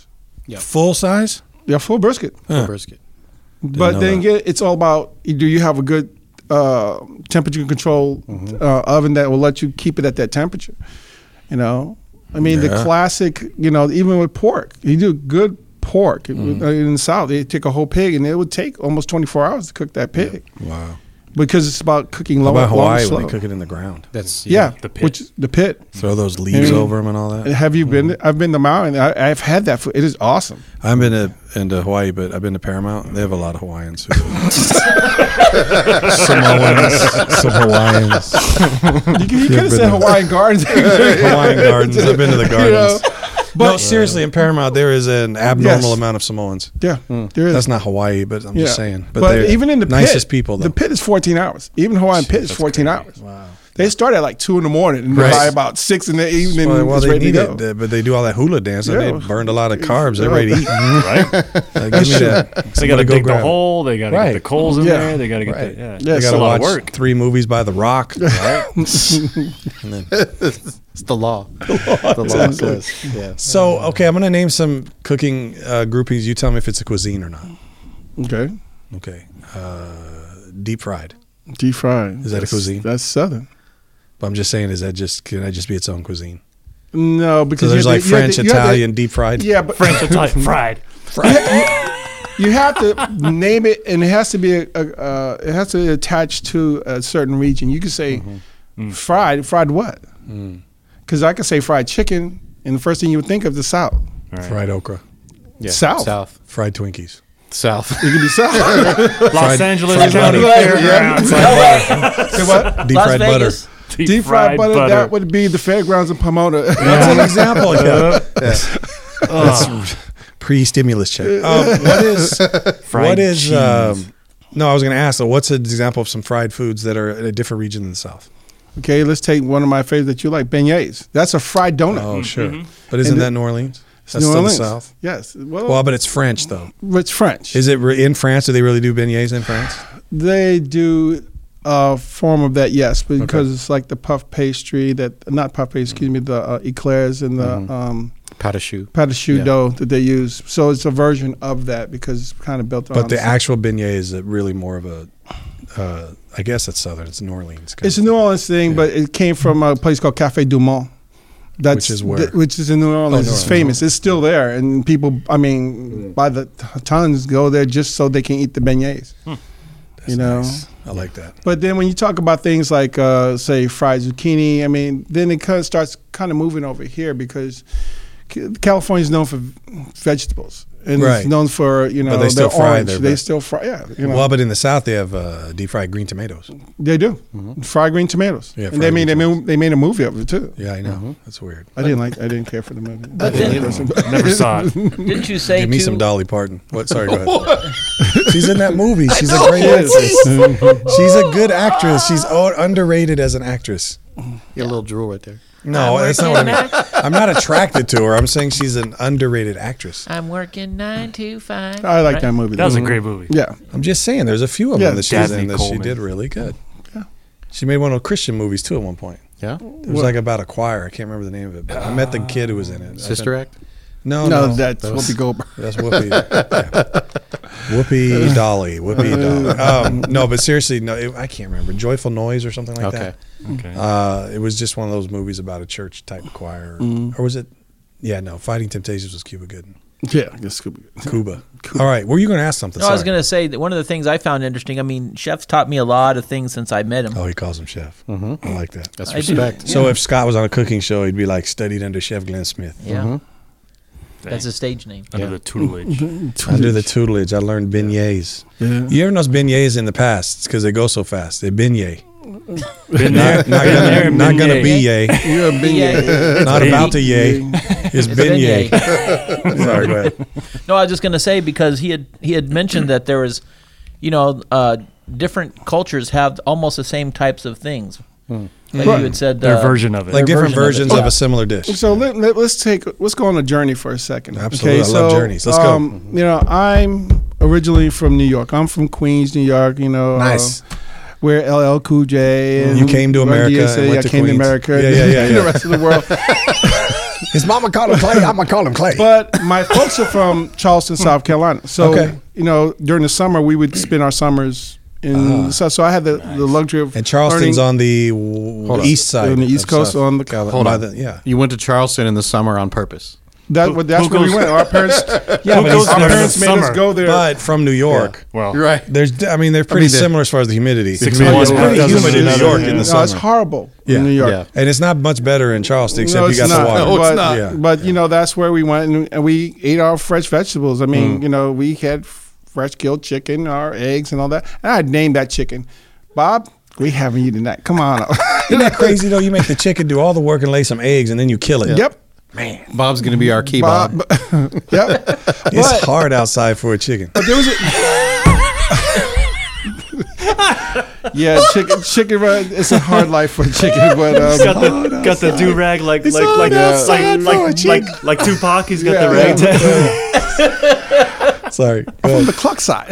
Speaker 3: full size.
Speaker 7: Yeah, full brisket.
Speaker 5: Full brisket.
Speaker 7: but
Speaker 3: know
Speaker 7: then
Speaker 3: that.
Speaker 7: again, it's all about do you have a good uh, temperature control
Speaker 3: Mm-hmm.
Speaker 7: uh, oven that will let you keep it at that temperature? You know, I mean, the
Speaker 3: Yeah.
Speaker 7: classic, you know, even with pork, you do good pork
Speaker 3: Mm-hmm.
Speaker 7: uh, in the South, they take a whole pig and it would take almost 24 hours to cook that pig
Speaker 3: Wow.
Speaker 7: because it's about cooking low,
Speaker 3: How about Hawaii
Speaker 7: slow.
Speaker 3: when they cook it in the ground?
Speaker 5: That's
Speaker 7: Yeah,
Speaker 6: The pit.
Speaker 7: which the pit.
Speaker 3: Throw those leaves
Speaker 7: Mm.
Speaker 3: over them and all that. Mm.
Speaker 7: Have you been? I've been to Maui. And I, I've had that food. It is
Speaker 3: [LAUGHS]
Speaker 7: awesome.
Speaker 3: I've been to into Hawaii, but I've been to Paramount. They have a lot of Hawaiians. [LAUGHS] who- Samoans, some Hawaians,
Speaker 7: You, you could have
Speaker 3: but
Speaker 7: said
Speaker 3: no. [LAUGHS]
Speaker 7: Hawaiian Gardens.
Speaker 3: Hawaiian gardens. I've been to the
Speaker 7: You know,
Speaker 3: gardens. no, seriously, in Paramount there is an abnormal amount of Samoans.
Speaker 7: yeah, there is.
Speaker 3: Mm. That's not Hawaii, but I'm
Speaker 7: Yeah.
Speaker 3: just saying.
Speaker 7: But,
Speaker 3: they're
Speaker 7: even in the
Speaker 3: nicest
Speaker 7: pit,
Speaker 3: people, though.
Speaker 7: the pit is 14 hours. Even Hawaiian pit is 14 hours. Wow. They start at like two in the morning and
Speaker 3: Right.
Speaker 7: by about six in the evening,
Speaker 3: well, well,
Speaker 7: it's
Speaker 3: they
Speaker 7: ready
Speaker 3: need
Speaker 7: to go.
Speaker 3: it, they- but they do all that hula dance. and
Speaker 7: Yeah.
Speaker 3: They burned a lot of carbs. They're ready
Speaker 7: [LAUGHS]
Speaker 3: to eat.
Speaker 6: right?
Speaker 3: Like, give me that.
Speaker 6: They got to
Speaker 3: Somebody go
Speaker 6: dig the
Speaker 3: grab it.
Speaker 6: hole. They got to
Speaker 3: Right.
Speaker 6: get the coals in
Speaker 7: Yeah.
Speaker 6: there. They got to get
Speaker 3: Right.
Speaker 6: the yeah.
Speaker 7: Yeah,
Speaker 3: I
Speaker 7: It's
Speaker 3: gotta
Speaker 6: a lot
Speaker 3: watch
Speaker 6: of work.
Speaker 3: three movies by The
Speaker 7: [LAUGHS]
Speaker 3: Rock.
Speaker 5: It's the law. The law says. Yeah.
Speaker 3: [LAUGHS] so, okay, I'm gonna name some cooking uh, groupings. You tell me if it's a cuisine or not.
Speaker 7: Okay.
Speaker 3: Okay, uh, deep fried.
Speaker 7: Deep fried.
Speaker 3: Is that a
Speaker 7: That's-
Speaker 3: cuisine?
Speaker 7: That's Southern.
Speaker 3: But I'm just saying, is that just can that just be its own cuisine?
Speaker 7: No, because
Speaker 3: So
Speaker 7: you
Speaker 3: there's
Speaker 7: have
Speaker 3: like
Speaker 7: to- you have
Speaker 3: French,
Speaker 7: to- you have to-
Speaker 3: Italian, deep fried.
Speaker 7: Yeah, but [LAUGHS]
Speaker 6: French Italian fried.
Speaker 7: you have to name it, and it has to be a, a uh, it has to attach to a certain region. You could say
Speaker 3: Mm-hmm. Mm.
Speaker 7: fried, fried what? Because I could say fried chicken, and the first thing you would think of the South,
Speaker 3: fried okra,
Speaker 5: Yeah.
Speaker 7: South.
Speaker 5: South.
Speaker 3: fried Twinkies.
Speaker 5: South.
Speaker 7: It could
Speaker 3: [LAUGHS]
Speaker 7: be South.
Speaker 6: Los Angeles County
Speaker 7: butter.
Speaker 6: Fairgrounds.
Speaker 7: Say what?
Speaker 3: Deep
Speaker 4: Las
Speaker 3: fried
Speaker 4: Vegas.
Speaker 3: butter.
Speaker 6: Deep,
Speaker 7: [LAUGHS] Deep fried butter, That would be the fairgrounds of
Speaker 3: [LAUGHS]
Speaker 7: Pomona.
Speaker 3: That's an example.
Speaker 4: Uh-huh.
Speaker 3: Yeah. That's pre-stimulus check.
Speaker 7: Uh-huh.
Speaker 3: Um, what
Speaker 7: [LAUGHS]
Speaker 3: is
Speaker 6: Fried
Speaker 3: what is?
Speaker 6: cheese.
Speaker 3: Um, no, I was going to ask. though, What's an example of some fried foods that are in a different region than the South?
Speaker 7: [LAUGHS] okay, let's take one of my favorites that you like, beignets. That's a fried donut.
Speaker 3: Oh, sure. But isn't
Speaker 7: And
Speaker 3: that
Speaker 7: the-
Speaker 3: New Orleans?
Speaker 7: It's
Speaker 3: That's
Speaker 7: New
Speaker 3: still
Speaker 7: Orleans.
Speaker 3: the South.
Speaker 7: Yes. Well,
Speaker 3: Well, but it's French though.
Speaker 7: it's French.
Speaker 3: Is it re- in France? Do they really do beignets in France?
Speaker 7: they do a form of that, yes, because it's like the puff pastry that not puff pastry, excuse me, the uh, eclairs and the
Speaker 3: Mm-hmm.
Speaker 7: um,
Speaker 5: Pat a shoe.
Speaker 7: pâte à choux
Speaker 5: Yeah.
Speaker 7: dough that they use. So it's a version of that because it's kind of built on.
Speaker 3: But the actual beignet is a- really more of a, uh, I guess it's southern. It's New Orleans. kind
Speaker 7: It's a
Speaker 3: of
Speaker 7: New Orleans thing, but it came from a place called Cafe Dumont. That's
Speaker 3: Which is where? Oh,
Speaker 7: th- which is in New Orleans. it's famous. It's still there, and people. I mean, by the t- tons go there just so they can eat the beignets. you know.
Speaker 3: I like that.
Speaker 7: But then when you talk about things like, uh, say, fried zucchini, I mean, then it kind of starts kind of moving over here because California is known for vegetables and
Speaker 3: Right.
Speaker 7: it's known for you know
Speaker 3: they still
Speaker 7: their
Speaker 3: fry
Speaker 7: orange.
Speaker 3: their
Speaker 7: they
Speaker 3: veg-
Speaker 7: still fry, yeah. You know,
Speaker 3: Well, but in the South, they have uh, deep fried green tomatoes.
Speaker 7: they do fried green tomatoes.
Speaker 3: Mm-hmm. Yeah,
Speaker 7: and they
Speaker 3: fried green
Speaker 7: made they made, they made a movie of it too.
Speaker 3: Yeah, I know. That's weird.
Speaker 7: I didn't like. I didn't care for
Speaker 6: [LAUGHS]
Speaker 7: the movie.
Speaker 6: Never
Speaker 7: [LAUGHS]
Speaker 6: saw it.
Speaker 4: Didn't you say
Speaker 3: Give me
Speaker 4: too-
Speaker 3: some Dolly Parton. What? Sorry, go ahead. She's in that movie. She's a
Speaker 7: know,
Speaker 3: great actress. [LAUGHS] She's a good actress. She's o- underrated as an actress.
Speaker 5: Get a little drool right there.
Speaker 3: No, that's not what I mean. I'm not attracted to her. I'm saying she's an underrated actress.
Speaker 4: I'm working nine to five.
Speaker 3: Oh,
Speaker 7: I like that movie.
Speaker 6: That was a
Speaker 7: though.
Speaker 6: great movie.
Speaker 7: Yeah,
Speaker 3: I'm just saying, there's a few of
Speaker 7: Yeah,
Speaker 3: them that she's
Speaker 6: Daphne
Speaker 3: in that she
Speaker 6: Coleman.
Speaker 3: did really good. She made one of the Christian movies too at one point.
Speaker 5: Yeah.
Speaker 3: It was like about a choir. I can't remember the name of it, but I met the kid who was in it. I
Speaker 5: Sister
Speaker 3: think-
Speaker 5: Act.
Speaker 3: No,
Speaker 7: no,
Speaker 3: no,
Speaker 7: that's
Speaker 3: that was-
Speaker 7: Whoopi Goldberg. [LAUGHS]
Speaker 3: That's Whoopi. Yeah. Whoopi Dolly. [LAUGHS] Whoopi Dolly. Um, no, but seriously, no, it, I can't remember. Joyful Noise or something like
Speaker 5: Okay.
Speaker 6: Okay.
Speaker 3: that. Uh, it was just one of those movies about a church type choir. Or was it? Yeah, no. Fighting Temptations was Cuba Gooden.
Speaker 7: Yeah, I guess Scooby.
Speaker 3: Cuba. All right. Were you going to ask something?
Speaker 4: No, I was
Speaker 3: Sorry.
Speaker 4: going to say that one of the things I found interesting. I mean, chefs taught me a lot of things since I met him.
Speaker 3: Oh, he calls him chef. I like that.
Speaker 5: That's
Speaker 4: I do.
Speaker 5: respect.
Speaker 3: So if Scott was on a cooking show, he'd be like studied under Chef Glenn Smith.
Speaker 4: yeah,
Speaker 3: Mm-hmm.
Speaker 6: Dang.
Speaker 4: that's a stage name.
Speaker 6: Under the
Speaker 7: [LAUGHS]
Speaker 3: [LAUGHS]
Speaker 6: tutelage.
Speaker 3: Under the tutelage, I learned beignets. You ever noticed beignets in the past? It's because they go so fast. They're beignet.
Speaker 6: Been
Speaker 3: Not, not [LAUGHS]
Speaker 6: been there
Speaker 3: gonna,
Speaker 6: and
Speaker 3: not
Speaker 6: been
Speaker 3: gonna
Speaker 6: yay.
Speaker 3: be yay. [LAUGHS]
Speaker 7: You're a beignet.
Speaker 4: Yeah.
Speaker 3: Not about to yay. It's
Speaker 4: It's beignet.
Speaker 3: beignet. [LAUGHS] Sorry, go ahead.
Speaker 4: No, I was just going to say because he had he had mentioned that there was, you know, uh, different cultures have almost the same types of things.
Speaker 7: Hmm.
Speaker 4: Like you had said,
Speaker 6: Their
Speaker 4: uh,
Speaker 6: version of it.
Speaker 4: Their
Speaker 3: Like different
Speaker 4: version of
Speaker 3: versions
Speaker 4: it.
Speaker 3: of a similar dish.
Speaker 7: So let, let, us take let's go on a journey for a second. um,
Speaker 3: Absolutely. I love journeys. Let's go.
Speaker 7: You know, I'm originally from New York. I'm from Queens, New York. You know,
Speaker 3: Nice.
Speaker 7: uh, where LL Cool J. And
Speaker 3: You came to
Speaker 7: Run
Speaker 3: America
Speaker 7: DMC,
Speaker 3: and went
Speaker 7: I
Speaker 3: to
Speaker 7: came
Speaker 3: Queens.
Speaker 7: to America.
Speaker 3: Yeah, yeah, yeah,
Speaker 7: [LAUGHS] and
Speaker 3: yeah.
Speaker 7: The rest of the world.
Speaker 3: His mama called him Clay. I'm gonna call him Clay.
Speaker 7: But my folks are from Charleston, South Carolina. So
Speaker 3: Okay.
Speaker 7: you know, during the summer we would spend our summers in so, so I had the, the luxury of
Speaker 3: Uh-huh. and Charleston's
Speaker 7: learning
Speaker 3: on the w-
Speaker 5: Hold on.
Speaker 3: east side,
Speaker 7: On the East
Speaker 3: of
Speaker 7: Coast, on the-
Speaker 3: Cali-
Speaker 5: Hold
Speaker 3: by
Speaker 5: on.
Speaker 3: the- yeah.
Speaker 5: You went to Charleston in the summer on purpose.
Speaker 7: that. That's
Speaker 6: who
Speaker 7: where we
Speaker 6: goes-
Speaker 7: went.
Speaker 6: [LAUGHS]
Speaker 7: Our parents,
Speaker 6: Who
Speaker 3: but
Speaker 6: goes
Speaker 3: he's-
Speaker 7: our
Speaker 6: there in the
Speaker 7: parents made us
Speaker 6: summer?
Speaker 7: go there.
Speaker 3: But from New York,
Speaker 6: Well,
Speaker 5: Right.
Speaker 3: there's. d- I mean, they're pretty
Speaker 5: the-
Speaker 3: similar as far as the humidity.
Speaker 6: Six
Speaker 3: I mean,
Speaker 6: months
Speaker 3: it's pretty
Speaker 6: doesn't
Speaker 3: humid in New
Speaker 6: matter.
Speaker 3: York in
Speaker 7: no,
Speaker 3: the
Speaker 7: it's
Speaker 3: summer,
Speaker 7: horrible
Speaker 3: Yeah.
Speaker 7: in New York.
Speaker 5: Yeah.
Speaker 3: and it's not much better in Charleston except
Speaker 7: No,
Speaker 3: you
Speaker 7: it's
Speaker 3: got the
Speaker 7: not.
Speaker 3: water.
Speaker 5: No, it's
Speaker 7: but,
Speaker 5: not.
Speaker 3: Yeah.
Speaker 7: But you know, that's where we went and, and we ate our fresh vegetables. I mean,
Speaker 3: Mm.
Speaker 7: you know, we had f- fresh grilled chicken, our eggs, and all that. And I named that chicken, Bob. We haven't eaten that. Come on. [LAUGHS]
Speaker 3: Isn't that crazy though? You make the chicken do all the work and lay some eggs, and then you kill it.
Speaker 7: Yep.
Speaker 5: Bob's gonna be our key Bob.
Speaker 7: Bob. yep.
Speaker 3: It's
Speaker 7: But-
Speaker 3: hard outside for a chicken.
Speaker 7: But there was a. yeah, chicken. Chicken. right, It's a hard life for a
Speaker 3: [LAUGHS]
Speaker 7: chicken, but um,
Speaker 6: got the got the do rag like like like
Speaker 7: [LAUGHS]
Speaker 6: like like, like like Tupac. He's got
Speaker 7: Yeah,
Speaker 6: the
Speaker 7: yeah.
Speaker 6: rag tag.
Speaker 3: Sorry. Go ahead.
Speaker 7: the clock side.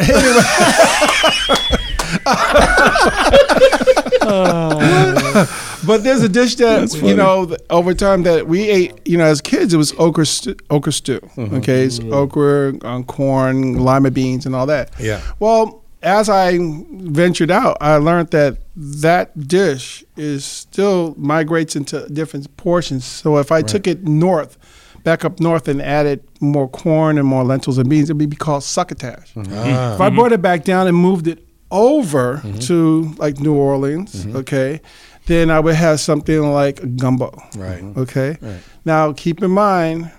Speaker 7: but there's a dish that you know th- over time that we ate. You know, as kids, it was okra stew. Okra stew. Okay, it's okra, um, corn, lima beans, and all that.
Speaker 3: Yeah.
Speaker 7: Well, as I ventured out, I learned that that dish is still migrates into different portions. So if I took it north, back up north, and added more corn and more lentils and beans, it'd be called succotash.
Speaker 3: Uh-huh. ah.
Speaker 7: If I brought it back down and moved it over
Speaker 3: Mm-hmm.
Speaker 7: to like New Orleans, okay, then I would have something like a gumbo. Mm-hmm.
Speaker 3: Right.
Speaker 7: Okay. Now keep in mind,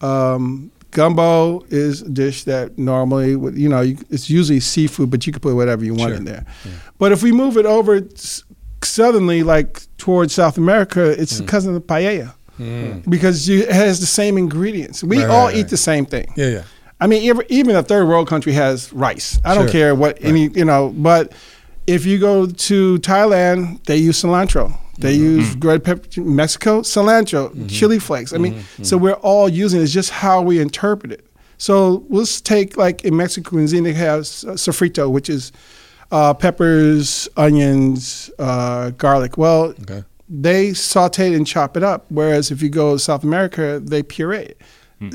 Speaker 7: um, gumbo is a dish that normally would you know you, it's usually seafood, but you can put whatever you want in there. But if we move it over s- southernly, like towards South America,
Speaker 3: Mm.
Speaker 7: it's the cousin of paella. Because you, it has the same ingredients. We
Speaker 3: Right,
Speaker 7: all
Speaker 3: right,
Speaker 7: eat
Speaker 3: right.
Speaker 7: the same thing.
Speaker 3: Yeah, yeah.
Speaker 7: I mean, ev- even a third world country has rice. I don't
Speaker 3: Sure.
Speaker 7: care what any you know. But if you go to Thailand, they use cilantro. They
Speaker 3: Mm-hmm.
Speaker 7: use red pepper. Mexico, cilantro, chili flakes. I mean,
Speaker 3: Mm-hmm.
Speaker 7: so we're all using. it. It's just how we interpret it. So let's take like in Mexican cuisine, they have s- uh, sofrito, which is uh, peppers, onions, uh, garlic. Well,
Speaker 3: Okay.
Speaker 7: they saute it and chop it up. Whereas if you go to South America, they puree it.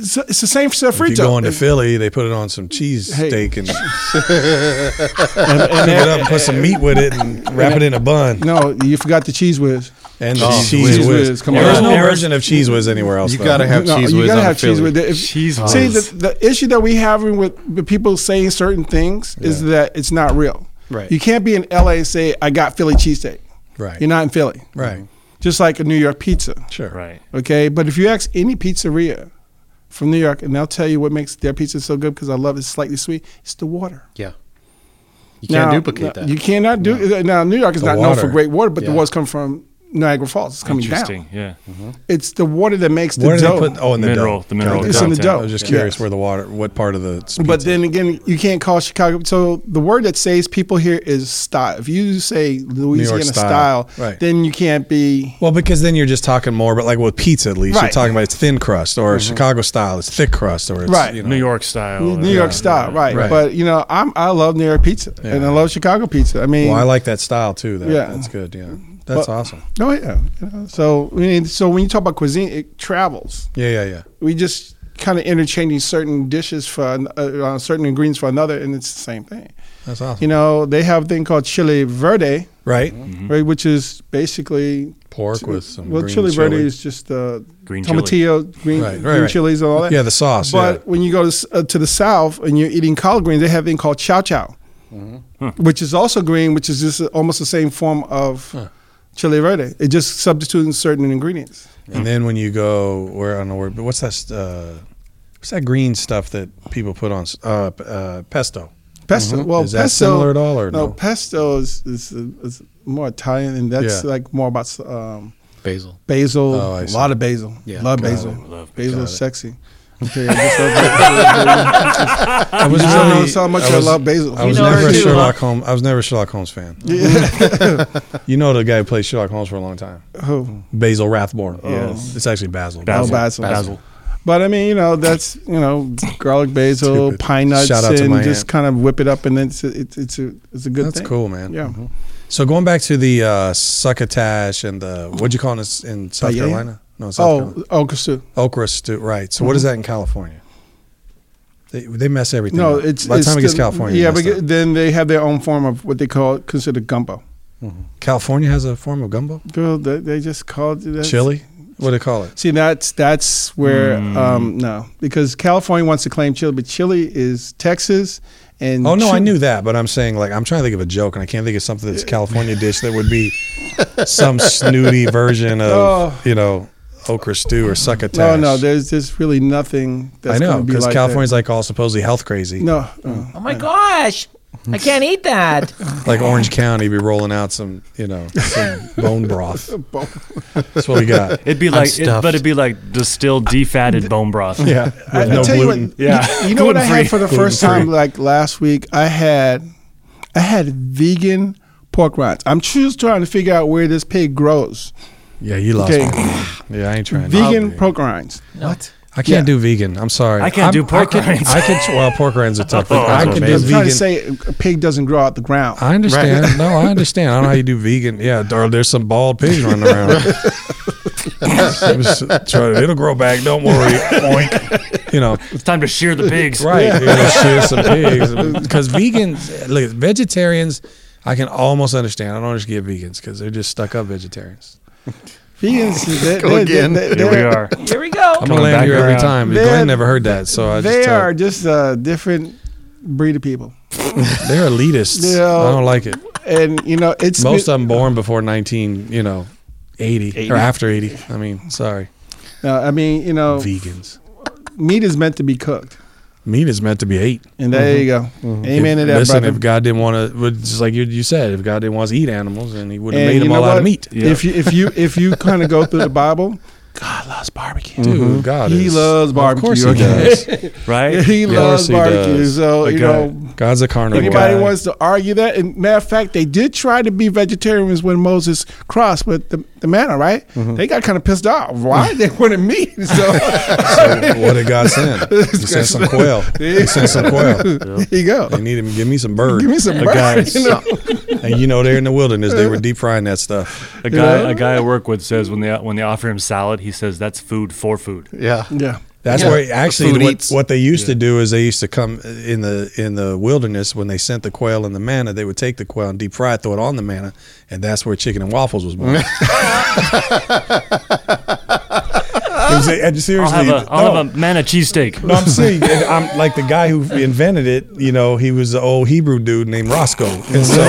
Speaker 7: So it's the same sofrito.
Speaker 3: Hmm. If you go into Philly, they put it on some cheese
Speaker 7: Hey.
Speaker 3: steak and, cook it up, and put some meat with it, and wrap it in a bun.
Speaker 7: No, you forgot the cheese whiz.
Speaker 3: And the
Speaker 5: Jeez
Speaker 3: cheese
Speaker 7: whiz.
Speaker 3: whiz.
Speaker 7: Whiz, come
Speaker 3: There's
Speaker 7: on.
Speaker 3: no version of cheese whiz anywhere else.
Speaker 5: You
Speaker 3: though.
Speaker 5: gotta have
Speaker 7: No,
Speaker 5: cheese
Speaker 7: you
Speaker 5: whiz.
Speaker 7: gotta
Speaker 5: on
Speaker 7: have
Speaker 5: Philly.
Speaker 7: cheese with it. If-
Speaker 6: Cheese
Speaker 7: See,
Speaker 6: whiz.
Speaker 7: the, the issue that we having with the people saying certain things is that it's not real.
Speaker 5: Right.
Speaker 7: You can't be in LA and say I got Philly cheesesteak.
Speaker 3: Right.
Speaker 7: You're not in Philly.
Speaker 3: Right.
Speaker 7: Just like a New York pizza.
Speaker 3: Sure.
Speaker 6: Right.
Speaker 7: Okay. But if you ask any pizzeria from New York, and they'll tell you what makes their pizza so good because I love it, it's slightly sweet. It's the water.
Speaker 5: Yeah. You can't
Speaker 7: Now-
Speaker 5: duplicate that.
Speaker 7: You cannot do now. New York is
Speaker 3: The
Speaker 7: not known
Speaker 3: water.
Speaker 7: for great water, but the
Speaker 5: Yeah.
Speaker 7: water's come from Niagara Falls. It's coming
Speaker 6: Interesting.
Speaker 7: down. Uh-huh.
Speaker 6: Yeah.
Speaker 7: It's the water that makes the
Speaker 3: Where do
Speaker 7: dough.
Speaker 3: they put? Oh, in the
Speaker 6: Mineral-
Speaker 3: dough.
Speaker 6: the mineral
Speaker 7: It's in the
Speaker 6: content.
Speaker 7: dough.
Speaker 3: I was just curious
Speaker 7: Yes.
Speaker 3: where the water, what part of the.
Speaker 7: But
Speaker 3: pizza-
Speaker 7: then again, you can't call Chicago. So the word that saves people here is style. If you say Louisiana
Speaker 3: style.
Speaker 7: style,
Speaker 3: Right.
Speaker 7: then you can't be.
Speaker 3: Well, because then you're just talking more, but like with pizza, at least you're
Speaker 7: Right.
Speaker 3: talking about it's thin crust or
Speaker 6: Mm-hmm.
Speaker 3: Chicago style, it's thick crust or it's
Speaker 7: Right.
Speaker 3: you know,
Speaker 6: New York style.
Speaker 7: New
Speaker 6: Yeah.
Speaker 7: York style, right.
Speaker 3: Right.
Speaker 7: But you know, I'm I love New York pizza and I love Chicago pizza. I mean,
Speaker 3: Well, I like that style too. That,
Speaker 7: Yeah.
Speaker 3: that's good. Yeah, Mm-hmm. that's
Speaker 7: Well-
Speaker 3: awesome.
Speaker 7: oh yeah. You know, so I mean, so when you talk about cuisine, it travels.
Speaker 3: Yeah, yeah, yeah.
Speaker 7: We just kind of interchanging certain dishes for an- uh, uh, certain ingredients for another, and it's the same thing.
Speaker 3: That's awesome.
Speaker 7: You know, they have a thing called chili verde,
Speaker 3: right?
Speaker 6: Mm-hmm.
Speaker 7: right, which is basically
Speaker 3: Pork with some
Speaker 7: well,
Speaker 3: green
Speaker 7: chili
Speaker 3: chili
Speaker 7: verde is just the
Speaker 6: Green chili.
Speaker 7: tomatillo, green,
Speaker 3: Right, right,
Speaker 7: green
Speaker 3: right.
Speaker 7: chilies and all that.
Speaker 3: Yeah, the sauce,
Speaker 7: But
Speaker 3: yeah.
Speaker 7: when you go to, s- uh, to the south and you're eating collard greens, they have a thing called chow chow,
Speaker 3: Mm-hmm.
Speaker 7: which is also green, which is just uh, almost the same form of chili verde. It just substituting certain ingredients.
Speaker 3: And then when you go where I don't know where, but what's that? Uh, what's that green stuff that people put on s- uh, p- uh, pesto?
Speaker 7: Pesto. Well,
Speaker 3: Mm-hmm. Is that
Speaker 7: pesto,
Speaker 3: similar at all or no?
Speaker 7: pesto is, is, uh, is more Italian, and that's
Speaker 3: Yeah.
Speaker 7: like more about um,
Speaker 5: Basil.
Speaker 7: basil.
Speaker 3: Oh, I
Speaker 7: a
Speaker 3: see.
Speaker 7: lot of basil.
Speaker 5: Yeah.
Speaker 7: love
Speaker 5: Got
Speaker 7: basil.
Speaker 6: it. Love-
Speaker 7: basil
Speaker 3: got
Speaker 7: is
Speaker 3: it.
Speaker 7: sexy. Okay, I just love basil.
Speaker 3: I was
Speaker 7: I don't know how much I,
Speaker 3: was-
Speaker 7: love basil.
Speaker 3: I was
Speaker 4: know
Speaker 3: never
Speaker 4: her
Speaker 3: a
Speaker 4: too,
Speaker 3: Sherlock
Speaker 4: huh?
Speaker 3: Holmes. I was never a Sherlock Holmes fan.
Speaker 7: Yeah.
Speaker 3: [LAUGHS] You know the guy who played Sherlock Holmes for a long time,
Speaker 7: [LAUGHS] Oh,
Speaker 3: Basil Rathborn.
Speaker 7: Yes.
Speaker 3: it's actually Basil.
Speaker 6: Basil.
Speaker 7: Oh, basil.
Speaker 6: Basil.
Speaker 7: But I mean, you know, that's you know, garlic basil,
Speaker 3: Stupid.
Speaker 7: pine nuts,
Speaker 3: Shout out to my
Speaker 7: and just
Speaker 3: aunt.
Speaker 7: kind of whip it up, and then it's a, it's, it's a it's a good.
Speaker 3: That's
Speaker 7: thing.
Speaker 3: cool, man. Mm-hmm.
Speaker 7: Yeah,
Speaker 3: So going back to the uh, succotash and the what'd you call it in in South
Speaker 7: Paella?
Speaker 3: Carolina? No, South
Speaker 7: Oh, Mm-hmm.
Speaker 3: Carolina.
Speaker 7: oh, Kasu.
Speaker 3: Okra stew, right? So what is that in California? They, they mess everything.
Speaker 7: No,
Speaker 3: up.
Speaker 7: it's
Speaker 3: by the
Speaker 7: it's
Speaker 3: time it gets
Speaker 7: still-
Speaker 3: California.
Speaker 7: Yeah,
Speaker 3: it's
Speaker 7: but
Speaker 3: messed up.
Speaker 7: then they have their own form of what they call considered gumbo.
Speaker 3: California has a form of gumbo,
Speaker 7: Girl, they, they just called it that.
Speaker 3: chili. Mm. What do they call it?
Speaker 7: See, that's that's where um, no, because California wants to claim chili, but chili is Texas, and
Speaker 3: Oh no, I
Speaker 7: chi-
Speaker 3: knew that, but I'm saying like I'm trying to think of a joke, and I can't think of something that's a California dish that would
Speaker 7: [LAUGHS]
Speaker 3: be some snooty version of
Speaker 7: Oh.
Speaker 3: you know okra stew or succotash.
Speaker 7: No, no, there's there's really nothing. That's
Speaker 3: I know
Speaker 7: gonna be
Speaker 3: because
Speaker 7: like
Speaker 3: California's Mm. like all supposedly health crazy.
Speaker 7: That. No, uh,
Speaker 4: Oh my gosh, I can't eat
Speaker 7: [LAUGHS]
Speaker 4: that.
Speaker 3: Like Orange County be rolling out some you know some
Speaker 7: [LAUGHS]
Speaker 3: bone broth.
Speaker 7: Bone-
Speaker 3: That's what we
Speaker 7: [LAUGHS]
Speaker 3: got.
Speaker 6: It'd be like, it, but it'd be like distilled, defatted bone broth.
Speaker 3: Yeah,
Speaker 7: I,
Speaker 3: with
Speaker 7: I
Speaker 3: no
Speaker 7: tell
Speaker 3: gluten.
Speaker 7: You what,
Speaker 6: Yeah.
Speaker 7: You, you know what I had
Speaker 6: Gluten-free.
Speaker 7: for the first time, like last week. I had, I had vegan pork rinds. I'm just trying to figure out where this pig grows.
Speaker 3: yeah, you lost.
Speaker 7: Okay.
Speaker 3: me. Yeah, I ain't trying.
Speaker 7: vegan
Speaker 3: to.
Speaker 7: pork rinds.
Speaker 4: What?
Speaker 3: I can't
Speaker 7: yeah.
Speaker 3: do vegan. I'm sorry.
Speaker 6: I can't
Speaker 3: I'm-
Speaker 6: do pork
Speaker 3: I can,
Speaker 6: rinds.
Speaker 3: I can. Well, pork rinds are tough.
Speaker 6: [LAUGHS] Oh,
Speaker 3: I
Speaker 6: that's
Speaker 3: can
Speaker 6: what
Speaker 3: do
Speaker 7: I'm
Speaker 6: amazing.
Speaker 7: trying
Speaker 3: vegan.
Speaker 7: to say a pig doesn't grow out the ground.
Speaker 3: I understand. No, I understand. I don't know how you do vegan. Yeah, or there's some bald pig running around. It was- try- It'll grow back. Don't worry. Oink. You know,
Speaker 6: It's time to shear the pigs.
Speaker 3: right? It'll shear some pigs because vegans, look, vegetarians, I can almost understand. I don't just get vegans because they're just stuck up vegetarians. [LAUGHS]
Speaker 7: Vegans, they,
Speaker 5: Go
Speaker 7: they,
Speaker 5: again.
Speaker 7: They,
Speaker 6: Here we
Speaker 7: they-
Speaker 6: are.
Speaker 4: Here we go.
Speaker 3: I'm gonna
Speaker 6: Coming
Speaker 3: land
Speaker 6: back
Speaker 3: here every
Speaker 6: around.
Speaker 3: time.
Speaker 7: They're-
Speaker 3: Glenn never heard that, so I
Speaker 7: They
Speaker 3: just tell-
Speaker 7: are just a different breed of people,
Speaker 3: they're elitists.
Speaker 7: [LAUGHS] They are-
Speaker 3: I don't like it.
Speaker 7: and you know it's
Speaker 3: Most of them born before 19, you know, 80, or after 80. I mean, sorry,
Speaker 7: No, I mean, you know,
Speaker 3: vegans.
Speaker 7: meat is meant to be cooked,
Speaker 3: Meat is meant to be ate.
Speaker 7: and there you go.
Speaker 3: if,
Speaker 7: Amen to that,
Speaker 3: Mm-hmm. listen,
Speaker 7: brother.
Speaker 3: if God didn't want to, just like you, you said, if God didn't want us to eat animals, then He would have
Speaker 7: And
Speaker 3: made them
Speaker 7: you know
Speaker 3: all out
Speaker 7: what?
Speaker 3: of meat.
Speaker 6: Yeah.
Speaker 7: If you if you if you kind of go through the Bible, God loves barbecue.
Speaker 3: Dude, God
Speaker 7: Mm-hmm. He
Speaker 3: is-
Speaker 7: loves
Speaker 3: Of course
Speaker 7: barbecue.
Speaker 3: he
Speaker 7: okay?
Speaker 3: does.
Speaker 6: Right?
Speaker 7: [LAUGHS] he
Speaker 3: Of course
Speaker 7: loves
Speaker 3: he
Speaker 7: barbecue.
Speaker 3: does.
Speaker 7: So
Speaker 6: Like
Speaker 7: you
Speaker 6: that.
Speaker 7: know,
Speaker 3: God's a carnivore.
Speaker 7: anybody
Speaker 6: God.
Speaker 7: wants to argue that. And matter of fact, they did try to be vegetarians when Moses crossed with the, the manna. Right?
Speaker 3: Mm-hmm.
Speaker 7: They got kind of pissed off.
Speaker 3: Mm.
Speaker 7: Why [LAUGHS] they wanted meat? So
Speaker 3: So [LAUGHS] what did God send?
Speaker 7: [LAUGHS]
Speaker 3: He sent some quail. He sent some quail.
Speaker 7: there you go.
Speaker 3: They need him. Give me some bird.
Speaker 7: Give me some
Speaker 3: The
Speaker 7: bird,
Speaker 3: guys. [LAUGHS]
Speaker 7: you know?
Speaker 3: And you know, they're in the wilderness. They were deep frying that stuff.
Speaker 6: A guy, a guy I work with says when they when they offer him salad, he says that's food for food.
Speaker 5: Yeah.
Speaker 7: Yeah.
Speaker 3: That's
Speaker 5: Yeah.
Speaker 3: where actually
Speaker 5: Food
Speaker 3: what,
Speaker 5: eats.
Speaker 3: what they used to do is they used to come in the in the wilderness when they sent the quail and the manna. They would take the quail and deep fry it, throw it on the manna, and that's where chicken and waffles was born. it was a- and
Speaker 6: I'll
Speaker 3: seriously,
Speaker 6: have a I'll
Speaker 3: no.
Speaker 6: have a manna cheesesteak.
Speaker 3: No, I'm saying, and I'm like the guy who invented it. You know, he was the old Hebrew dude named Roscoe, and so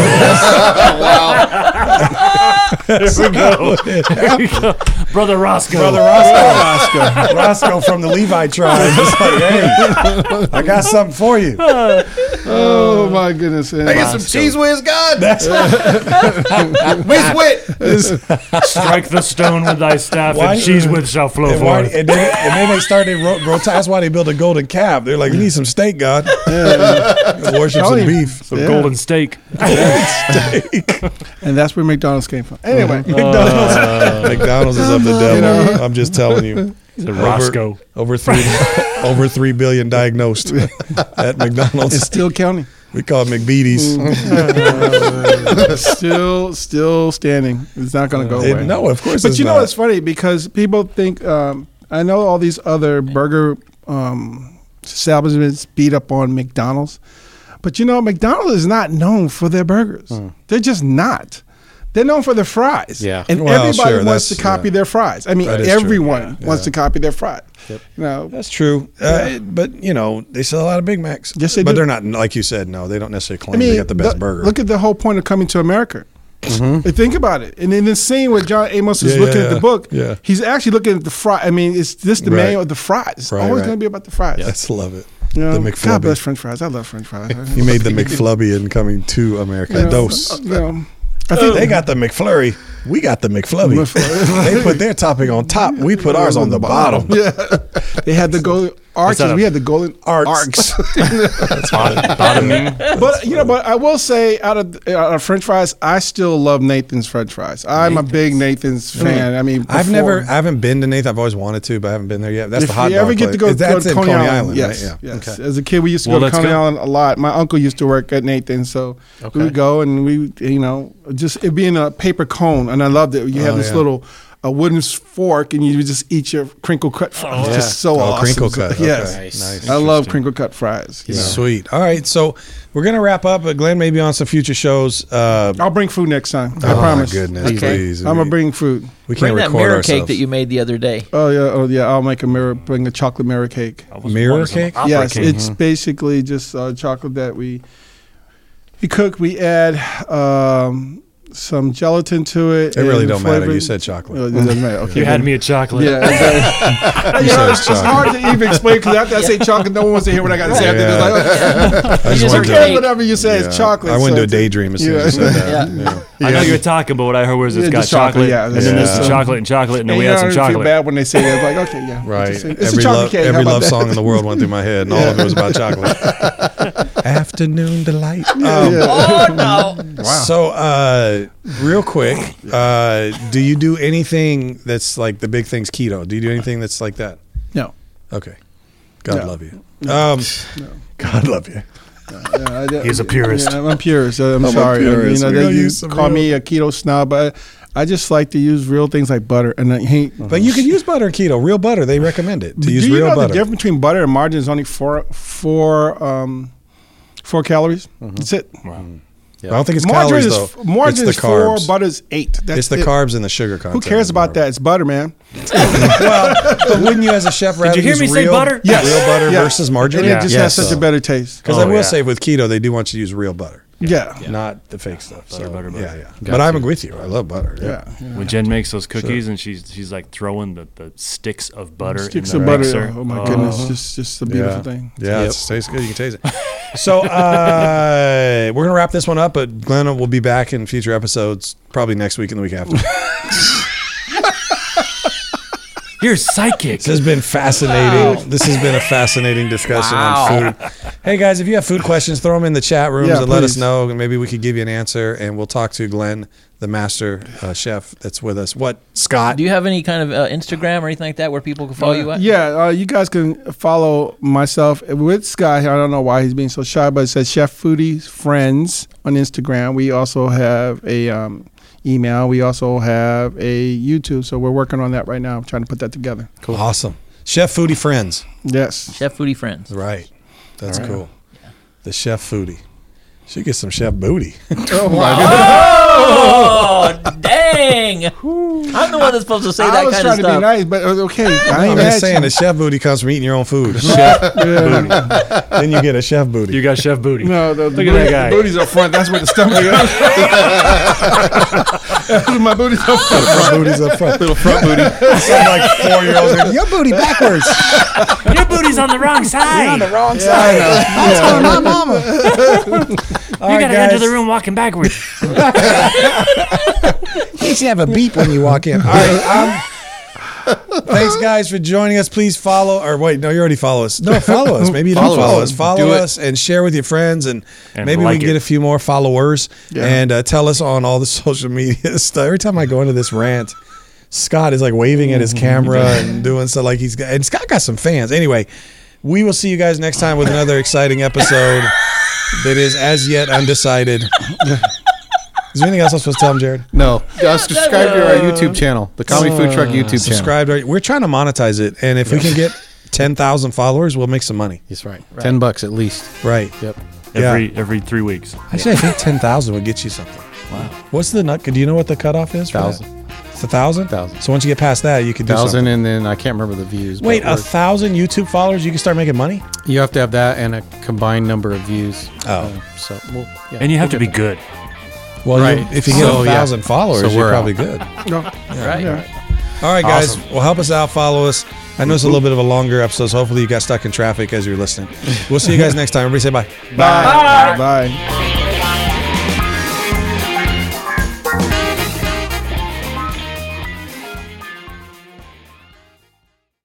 Speaker 3: [LAUGHS]
Speaker 6: There we go. There we go. [LAUGHS] Brother Roscoe.
Speaker 3: brother Roscoe, Roscoe, Roscoe from the Levi [LAUGHS] tribe, was like, "Hey, I got something for you." Uh,
Speaker 7: Oh my goodness! And
Speaker 5: I get some cheese whiz, God. That's whiz wit.
Speaker 6: Strike the stone with thy staff,
Speaker 3: Why-
Speaker 6: and cheese with shall flow
Speaker 3: And, why,
Speaker 6: forth.
Speaker 3: and, then, and then they started ro- ro- That's why they built a golden calf. They're like, we need some steak, God. Worship some
Speaker 7: Totally.
Speaker 3: beef.
Speaker 6: Some golden steak.
Speaker 7: and that's where McDonald's came from.
Speaker 3: Uh-huh.
Speaker 7: Anyway,
Speaker 3: McDonald's. Uh, McDonald's is of the devil. I'm just telling you.
Speaker 6: a
Speaker 3: Over-
Speaker 6: Roscoe.
Speaker 3: Over [LAUGHS] three, over three billion diagnosed at
Speaker 7: it's
Speaker 3: McDonald's.
Speaker 7: still counting.
Speaker 3: We call it McBeaties.
Speaker 7: [LAUGHS] still, still standing. It's not going to go
Speaker 3: It-
Speaker 7: away.
Speaker 3: no, of course.
Speaker 7: But
Speaker 3: it's
Speaker 7: you know
Speaker 3: not.
Speaker 7: what's funny because people think um, I know all these other burger um, establishments beat up on McDonald's, but you know McDonald's is not known for their burgers.
Speaker 3: Hmm.
Speaker 7: They're just not. They're known for their fries.
Speaker 5: Yeah.
Speaker 7: and
Speaker 3: Well,
Speaker 7: everybody
Speaker 3: sure,
Speaker 7: wants to
Speaker 3: that's-
Speaker 7: copy
Speaker 3: yeah.
Speaker 7: their fries. I mean,
Speaker 3: That is true.
Speaker 7: everyone
Speaker 3: Yeah.
Speaker 7: wants
Speaker 3: Yeah.
Speaker 7: to copy their fries. You know,
Speaker 3: That's true. Uh, it- but you know, they sell a lot of Big Macs.
Speaker 7: Yes, they
Speaker 3: but
Speaker 7: do.
Speaker 3: they're not like you said. No, they don't necessarily claim
Speaker 7: I mean,
Speaker 3: they got the best
Speaker 7: the-
Speaker 3: burger. Mm-hmm.
Speaker 7: Look at the whole point of coming to America. And Think about it. And in the scene where John Amos is
Speaker 3: Yeah,
Speaker 7: looking
Speaker 3: yeah,
Speaker 7: at
Speaker 3: yeah.
Speaker 7: the book,
Speaker 3: Yeah.
Speaker 7: he's actually looking at the fry. I mean, it's this the
Speaker 3: Right.
Speaker 7: menu of the fries. It's
Speaker 3: Right,
Speaker 7: always
Speaker 3: right.
Speaker 7: going to be about the fries.
Speaker 3: Yes, love it.
Speaker 7: You know,
Speaker 3: the
Speaker 7: God bless
Speaker 3: McFlubby.
Speaker 7: French fries. I love French fries.
Speaker 3: You made the McFlubby in coming to America.
Speaker 7: You know, uh,
Speaker 3: Dos.
Speaker 7: you know, I think
Speaker 3: They got the McFlurry. We got the McFlubby. they put their topping on top. We put ours on the bottom.
Speaker 7: they had the golden arches.
Speaker 6: that a-
Speaker 7: We had the golden arcs.
Speaker 3: Arcs. [LAUGHS]
Speaker 4: [LAUGHS]
Speaker 6: Bottoming.
Speaker 7: But you know, but I will say, out of uh, out of French fries, I still love Nathan's French fries. I'm a big Nathan's fan. I mean,
Speaker 3: I've
Speaker 7: before-
Speaker 3: never, I haven't been to Nathan. I've always wanted to, but I haven't been there yet. That's
Speaker 7: if
Speaker 3: the hot
Speaker 7: you
Speaker 3: dog.
Speaker 7: ever get
Speaker 3: place.
Speaker 7: to go
Speaker 3: Is
Speaker 7: go
Speaker 3: that's
Speaker 7: to
Speaker 3: in
Speaker 7: Coney, Island, yes,
Speaker 3: right? Yeah.
Speaker 7: yes.
Speaker 3: Okay.
Speaker 7: As a kid, we used to
Speaker 6: Well,
Speaker 7: go to
Speaker 6: let's
Speaker 7: Coney
Speaker 6: go.
Speaker 7: Island a lot. My uncle used to work at Nathan, so we would go and we, you know, just it being a paper cone, and I loved it. You have
Speaker 3: Oh,
Speaker 7: this
Speaker 3: yeah.
Speaker 7: little a wooden s- fork, and you would just eat your crinkle cut fries. It's Just so
Speaker 3: Oh,
Speaker 7: awesome.
Speaker 3: crinkle
Speaker 7: So-
Speaker 3: cut.
Speaker 7: Yes,
Speaker 3: Okay. Nice.
Speaker 7: I love crinkle cut fries. you know.
Speaker 3: Sweet. All right, so we're gonna wrap up. But Glenn may be on some future shows. Uh,
Speaker 7: I'll bring food next time. I
Speaker 3: oh
Speaker 7: promise.
Speaker 3: My goodness,
Speaker 4: Okay.
Speaker 3: please.
Speaker 7: I'm
Speaker 3: We-
Speaker 7: gonna bring food.
Speaker 3: We
Speaker 4: Bring
Speaker 3: can't
Speaker 4: that
Speaker 3: record
Speaker 4: mirror
Speaker 3: ourselves.
Speaker 4: cake that you made the other day.
Speaker 7: Oh yeah, oh yeah. I'll make a mirror, bring a chocolate mirror cake.
Speaker 3: mirror cake.
Speaker 7: yes, it's basically just uh, chocolate that we we cook. We add um, some gelatin to it.
Speaker 3: It really
Speaker 7: and
Speaker 3: don't matter.
Speaker 7: flavoring-
Speaker 3: You said chocolate.
Speaker 7: Oh, it doesn't matter. Okay.
Speaker 6: You had me a chocolate.
Speaker 7: Yeah,
Speaker 3: [LAUGHS]
Speaker 7: exactly.
Speaker 3: You
Speaker 7: You know,
Speaker 3: said
Speaker 7: it's, it's
Speaker 3: chocolate.
Speaker 7: hard to even explain because after I say chocolate, no one wants to hear what I got to say. After
Speaker 3: Yeah.
Speaker 7: this, like,
Speaker 3: I just
Speaker 4: just
Speaker 3: wanted
Speaker 4: heard
Speaker 3: to-
Speaker 7: okay,
Speaker 4: Cake.
Speaker 7: whatever you say, it's
Speaker 3: Yeah.
Speaker 7: chocolate.
Speaker 3: I went
Speaker 7: so
Speaker 3: into a
Speaker 7: it's-
Speaker 3: daydream as soon
Speaker 7: Yeah.
Speaker 3: as you said that.
Speaker 4: Yeah.
Speaker 3: Yeah.
Speaker 6: I know you're talking, but what I heard was it's
Speaker 7: Yeah,
Speaker 6: got
Speaker 7: just chocolate,
Speaker 6: chocolate,
Speaker 7: yeah.
Speaker 6: and then there's
Speaker 3: Yeah.
Speaker 6: some chocolate and chocolate, and then
Speaker 7: And
Speaker 6: we
Speaker 7: you
Speaker 6: had
Speaker 7: know,
Speaker 6: some
Speaker 7: I feel
Speaker 6: chocolate.
Speaker 7: bad when they say that. It's like, okay, yeah,
Speaker 3: Right.
Speaker 7: It's, a- it's
Speaker 3: every
Speaker 7: a chocolate
Speaker 3: love,
Speaker 7: cake. How
Speaker 3: every
Speaker 7: about
Speaker 3: love
Speaker 7: that?
Speaker 3: song in the world went through my head, and all of it was about chocolate.
Speaker 7: [LAUGHS]
Speaker 3: Afternoon delight. Um,
Speaker 4: Oh no!
Speaker 3: So, uh, real quick, uh, do you do anything that's like the big things keto? Do you do anything that's like that?
Speaker 7: No.
Speaker 3: Okay. God
Speaker 7: No.
Speaker 3: love you. Um, God love you.
Speaker 7: Uh, Yeah, I-
Speaker 6: He's a purist.
Speaker 7: Yeah, I'm a purist. so I'm,
Speaker 3: I'm a
Speaker 7: sorry.
Speaker 3: purist.
Speaker 7: You know,
Speaker 3: We
Speaker 7: they
Speaker 3: don't
Speaker 7: use-
Speaker 3: use some
Speaker 7: call
Speaker 3: real-
Speaker 7: me a keto snob, but I just like to use real things like butter. And I hate.
Speaker 3: But you can use butter in keto. Real butter. They recommend it Uh-huh. to
Speaker 7: do
Speaker 3: use
Speaker 7: you
Speaker 3: real
Speaker 7: know
Speaker 3: butter.
Speaker 7: the difference between butter and margarine is only four four um, four calories? That's it.
Speaker 3: I don't think Mm-hmm. it's
Speaker 7: margarine
Speaker 3: calories
Speaker 7: is
Speaker 3: though.
Speaker 7: f- margarine
Speaker 3: it's
Speaker 7: is
Speaker 3: the
Speaker 7: four,
Speaker 3: carbs.
Speaker 7: butter's eight. That's
Speaker 3: it's the
Speaker 7: it.
Speaker 3: carbs and the sugar content.
Speaker 7: Who cares about that? It's butter, man.
Speaker 3: [LAUGHS] well, but wouldn't you, as a chef, rather
Speaker 6: you hear
Speaker 3: use
Speaker 6: me say
Speaker 3: real,
Speaker 6: butter?
Speaker 7: Yes.
Speaker 3: real butter
Speaker 7: Yeah.
Speaker 3: versus
Speaker 7: And
Speaker 3: margarine?
Speaker 7: it just has such a better taste.
Speaker 3: Because
Speaker 6: Oh,
Speaker 3: I will
Speaker 6: yeah.
Speaker 3: say with keto, they do want you to use real butter,
Speaker 7: Yeah.
Speaker 3: not the fake stuff. so,
Speaker 6: butter, butter.
Speaker 3: yeah, yeah. But I'm with you. I love butter. Yeah.
Speaker 7: Yeah. yeah.
Speaker 6: When Jen makes those cookies and she's she's like throwing the, the sticks of butter
Speaker 7: Sticks
Speaker 6: in
Speaker 7: of
Speaker 6: the
Speaker 7: butter.
Speaker 6: mixer.
Speaker 7: Oh my goodness, just just a beautiful
Speaker 3: Uh-huh. yeah.
Speaker 7: thing.
Speaker 3: Yeah, it's- tastes good. You can taste it. so uh, we're gonna wrap this one up, but Glenn will be back in future episodes, probably next week and the week after. this
Speaker 6: You're psychic.
Speaker 3: has been fascinating. This has been a fascinating discussion on food. Hey guys, if you have food questions, throw them in the chat rooms
Speaker 7: Yeah,
Speaker 3: and let us
Speaker 7: please.
Speaker 3: know, and maybe we could give you an answer. And we'll talk to Glenn, the master uh, chef that's with us. What Scott?
Speaker 4: Do you have any kind of uh, Instagram or anything like that where people can follow Oh, you? At?
Speaker 7: Yeah, uh, you guys can follow myself with Sky. I don't know why he's being so shy, but it says Chef Foodie Friends on Instagram. We also have a um, email. We also have a YouTube. So we're working on that right now. I'm trying to put that together.
Speaker 3: Awesome. Chef Foodie Friends.
Speaker 7: Yes.
Speaker 4: Chef Foodie Friends.
Speaker 3: Right. That's cool. The Chef Foodie. Should get some Chef Booty.
Speaker 4: Oh,
Speaker 7: [LAUGHS]
Speaker 4: dang! I'm the one that's supposed to say
Speaker 7: I
Speaker 4: that
Speaker 7: was
Speaker 4: kind of
Speaker 7: trying to be
Speaker 4: stuff.
Speaker 7: nice, but it was okay. I
Speaker 3: [LAUGHS] I'm
Speaker 7: ain't
Speaker 3: just
Speaker 7: mad
Speaker 3: saying
Speaker 7: at
Speaker 3: the
Speaker 7: you.
Speaker 3: Chef Booty comes from eating your own food. Chef Booty. Then you get a Chef Booty.
Speaker 6: You got Chef Booty.
Speaker 7: No, the, the
Speaker 6: Look at that
Speaker 7: booty-
Speaker 6: guy.
Speaker 7: booty's up front. That's where the stomach is. [LAUGHS] That's where my booty's up front.
Speaker 3: Your booty's up front. Little front booty. [LAUGHS] Some like four year olds. Like, your booty backwards.
Speaker 6: Your booty's on the wrong side. [LAUGHS] You're,
Speaker 3: Wrong side. That's for my [LAUGHS] mama. All right,
Speaker 6: gonna
Speaker 3: guys.
Speaker 6: enter the room walking backwards.
Speaker 3: You should have a beep when you walk in. All right. Um, thanks, guys, for joining us. Please follow, or wait, no, you already follow us. No, follow us. Maybe you don't
Speaker 5: Follow
Speaker 3: follow us.
Speaker 5: us.
Speaker 3: Follow
Speaker 5: Do it.
Speaker 3: us and share with your friends, and,
Speaker 6: And
Speaker 3: maybe we
Speaker 6: like
Speaker 3: can
Speaker 6: it.
Speaker 3: get a few more followers.
Speaker 7: Yeah.
Speaker 3: And uh, tell us on all the [LAUGHS] social media stuff. Every time I go into this rant, Scott is like waving at his camera and doing stuff like he's got. And Scott got some fans. Anyway, we will see you guys next time with another exciting episode that is as yet undecided. [LAUGHS] Is there anything else I'm supposed to tell him, Jared?
Speaker 5: [LAUGHS] No, uh, subscribe to our YouTube channel, the Comedy Food Truck YouTube channel.
Speaker 3: subscribe. to our- We're trying to monetize it, and if we can [LAUGHS] get ten thousand followers, we'll make some money.
Speaker 5: That's right. Ten bucks at least.
Speaker 3: Right.
Speaker 5: Yep.
Speaker 6: Oh. Every every three weeks.
Speaker 3: Actually, I think ten thousand would get you something. Wow. What's the nut? Do you know what the cutoff is? for that?
Speaker 5: Thousand.
Speaker 3: It's a thousand.
Speaker 5: Thousand.
Speaker 3: So once you get past that, you can do
Speaker 5: Thousand,
Speaker 3: something.
Speaker 5: and then I can't remember the views. but
Speaker 3: Wait, a
Speaker 5: we're-
Speaker 3: thousand YouTube followers, you can start making money.
Speaker 5: you have to have that and a combined number of views.
Speaker 3: Oh.
Speaker 5: Um, so we'll, yeah.
Speaker 6: And you have to be good.
Speaker 3: Well,
Speaker 5: Right.
Speaker 3: you- if you get
Speaker 5: So,
Speaker 3: a
Speaker 5: yeah.
Speaker 3: thousand followers,
Speaker 5: So
Speaker 3: you're
Speaker 5: we're
Speaker 3: probably
Speaker 5: out.
Speaker 3: good.
Speaker 4: Right.
Speaker 3: All right, guys. Well, help us out. Follow us. I know it's a little bit of a longer episode, [LAUGHS] so hopefully you got stuck in traffic as you're listening. We'll see you guys next time. Everybody say bye.
Speaker 7: Bye. Bye.
Speaker 8: Bye.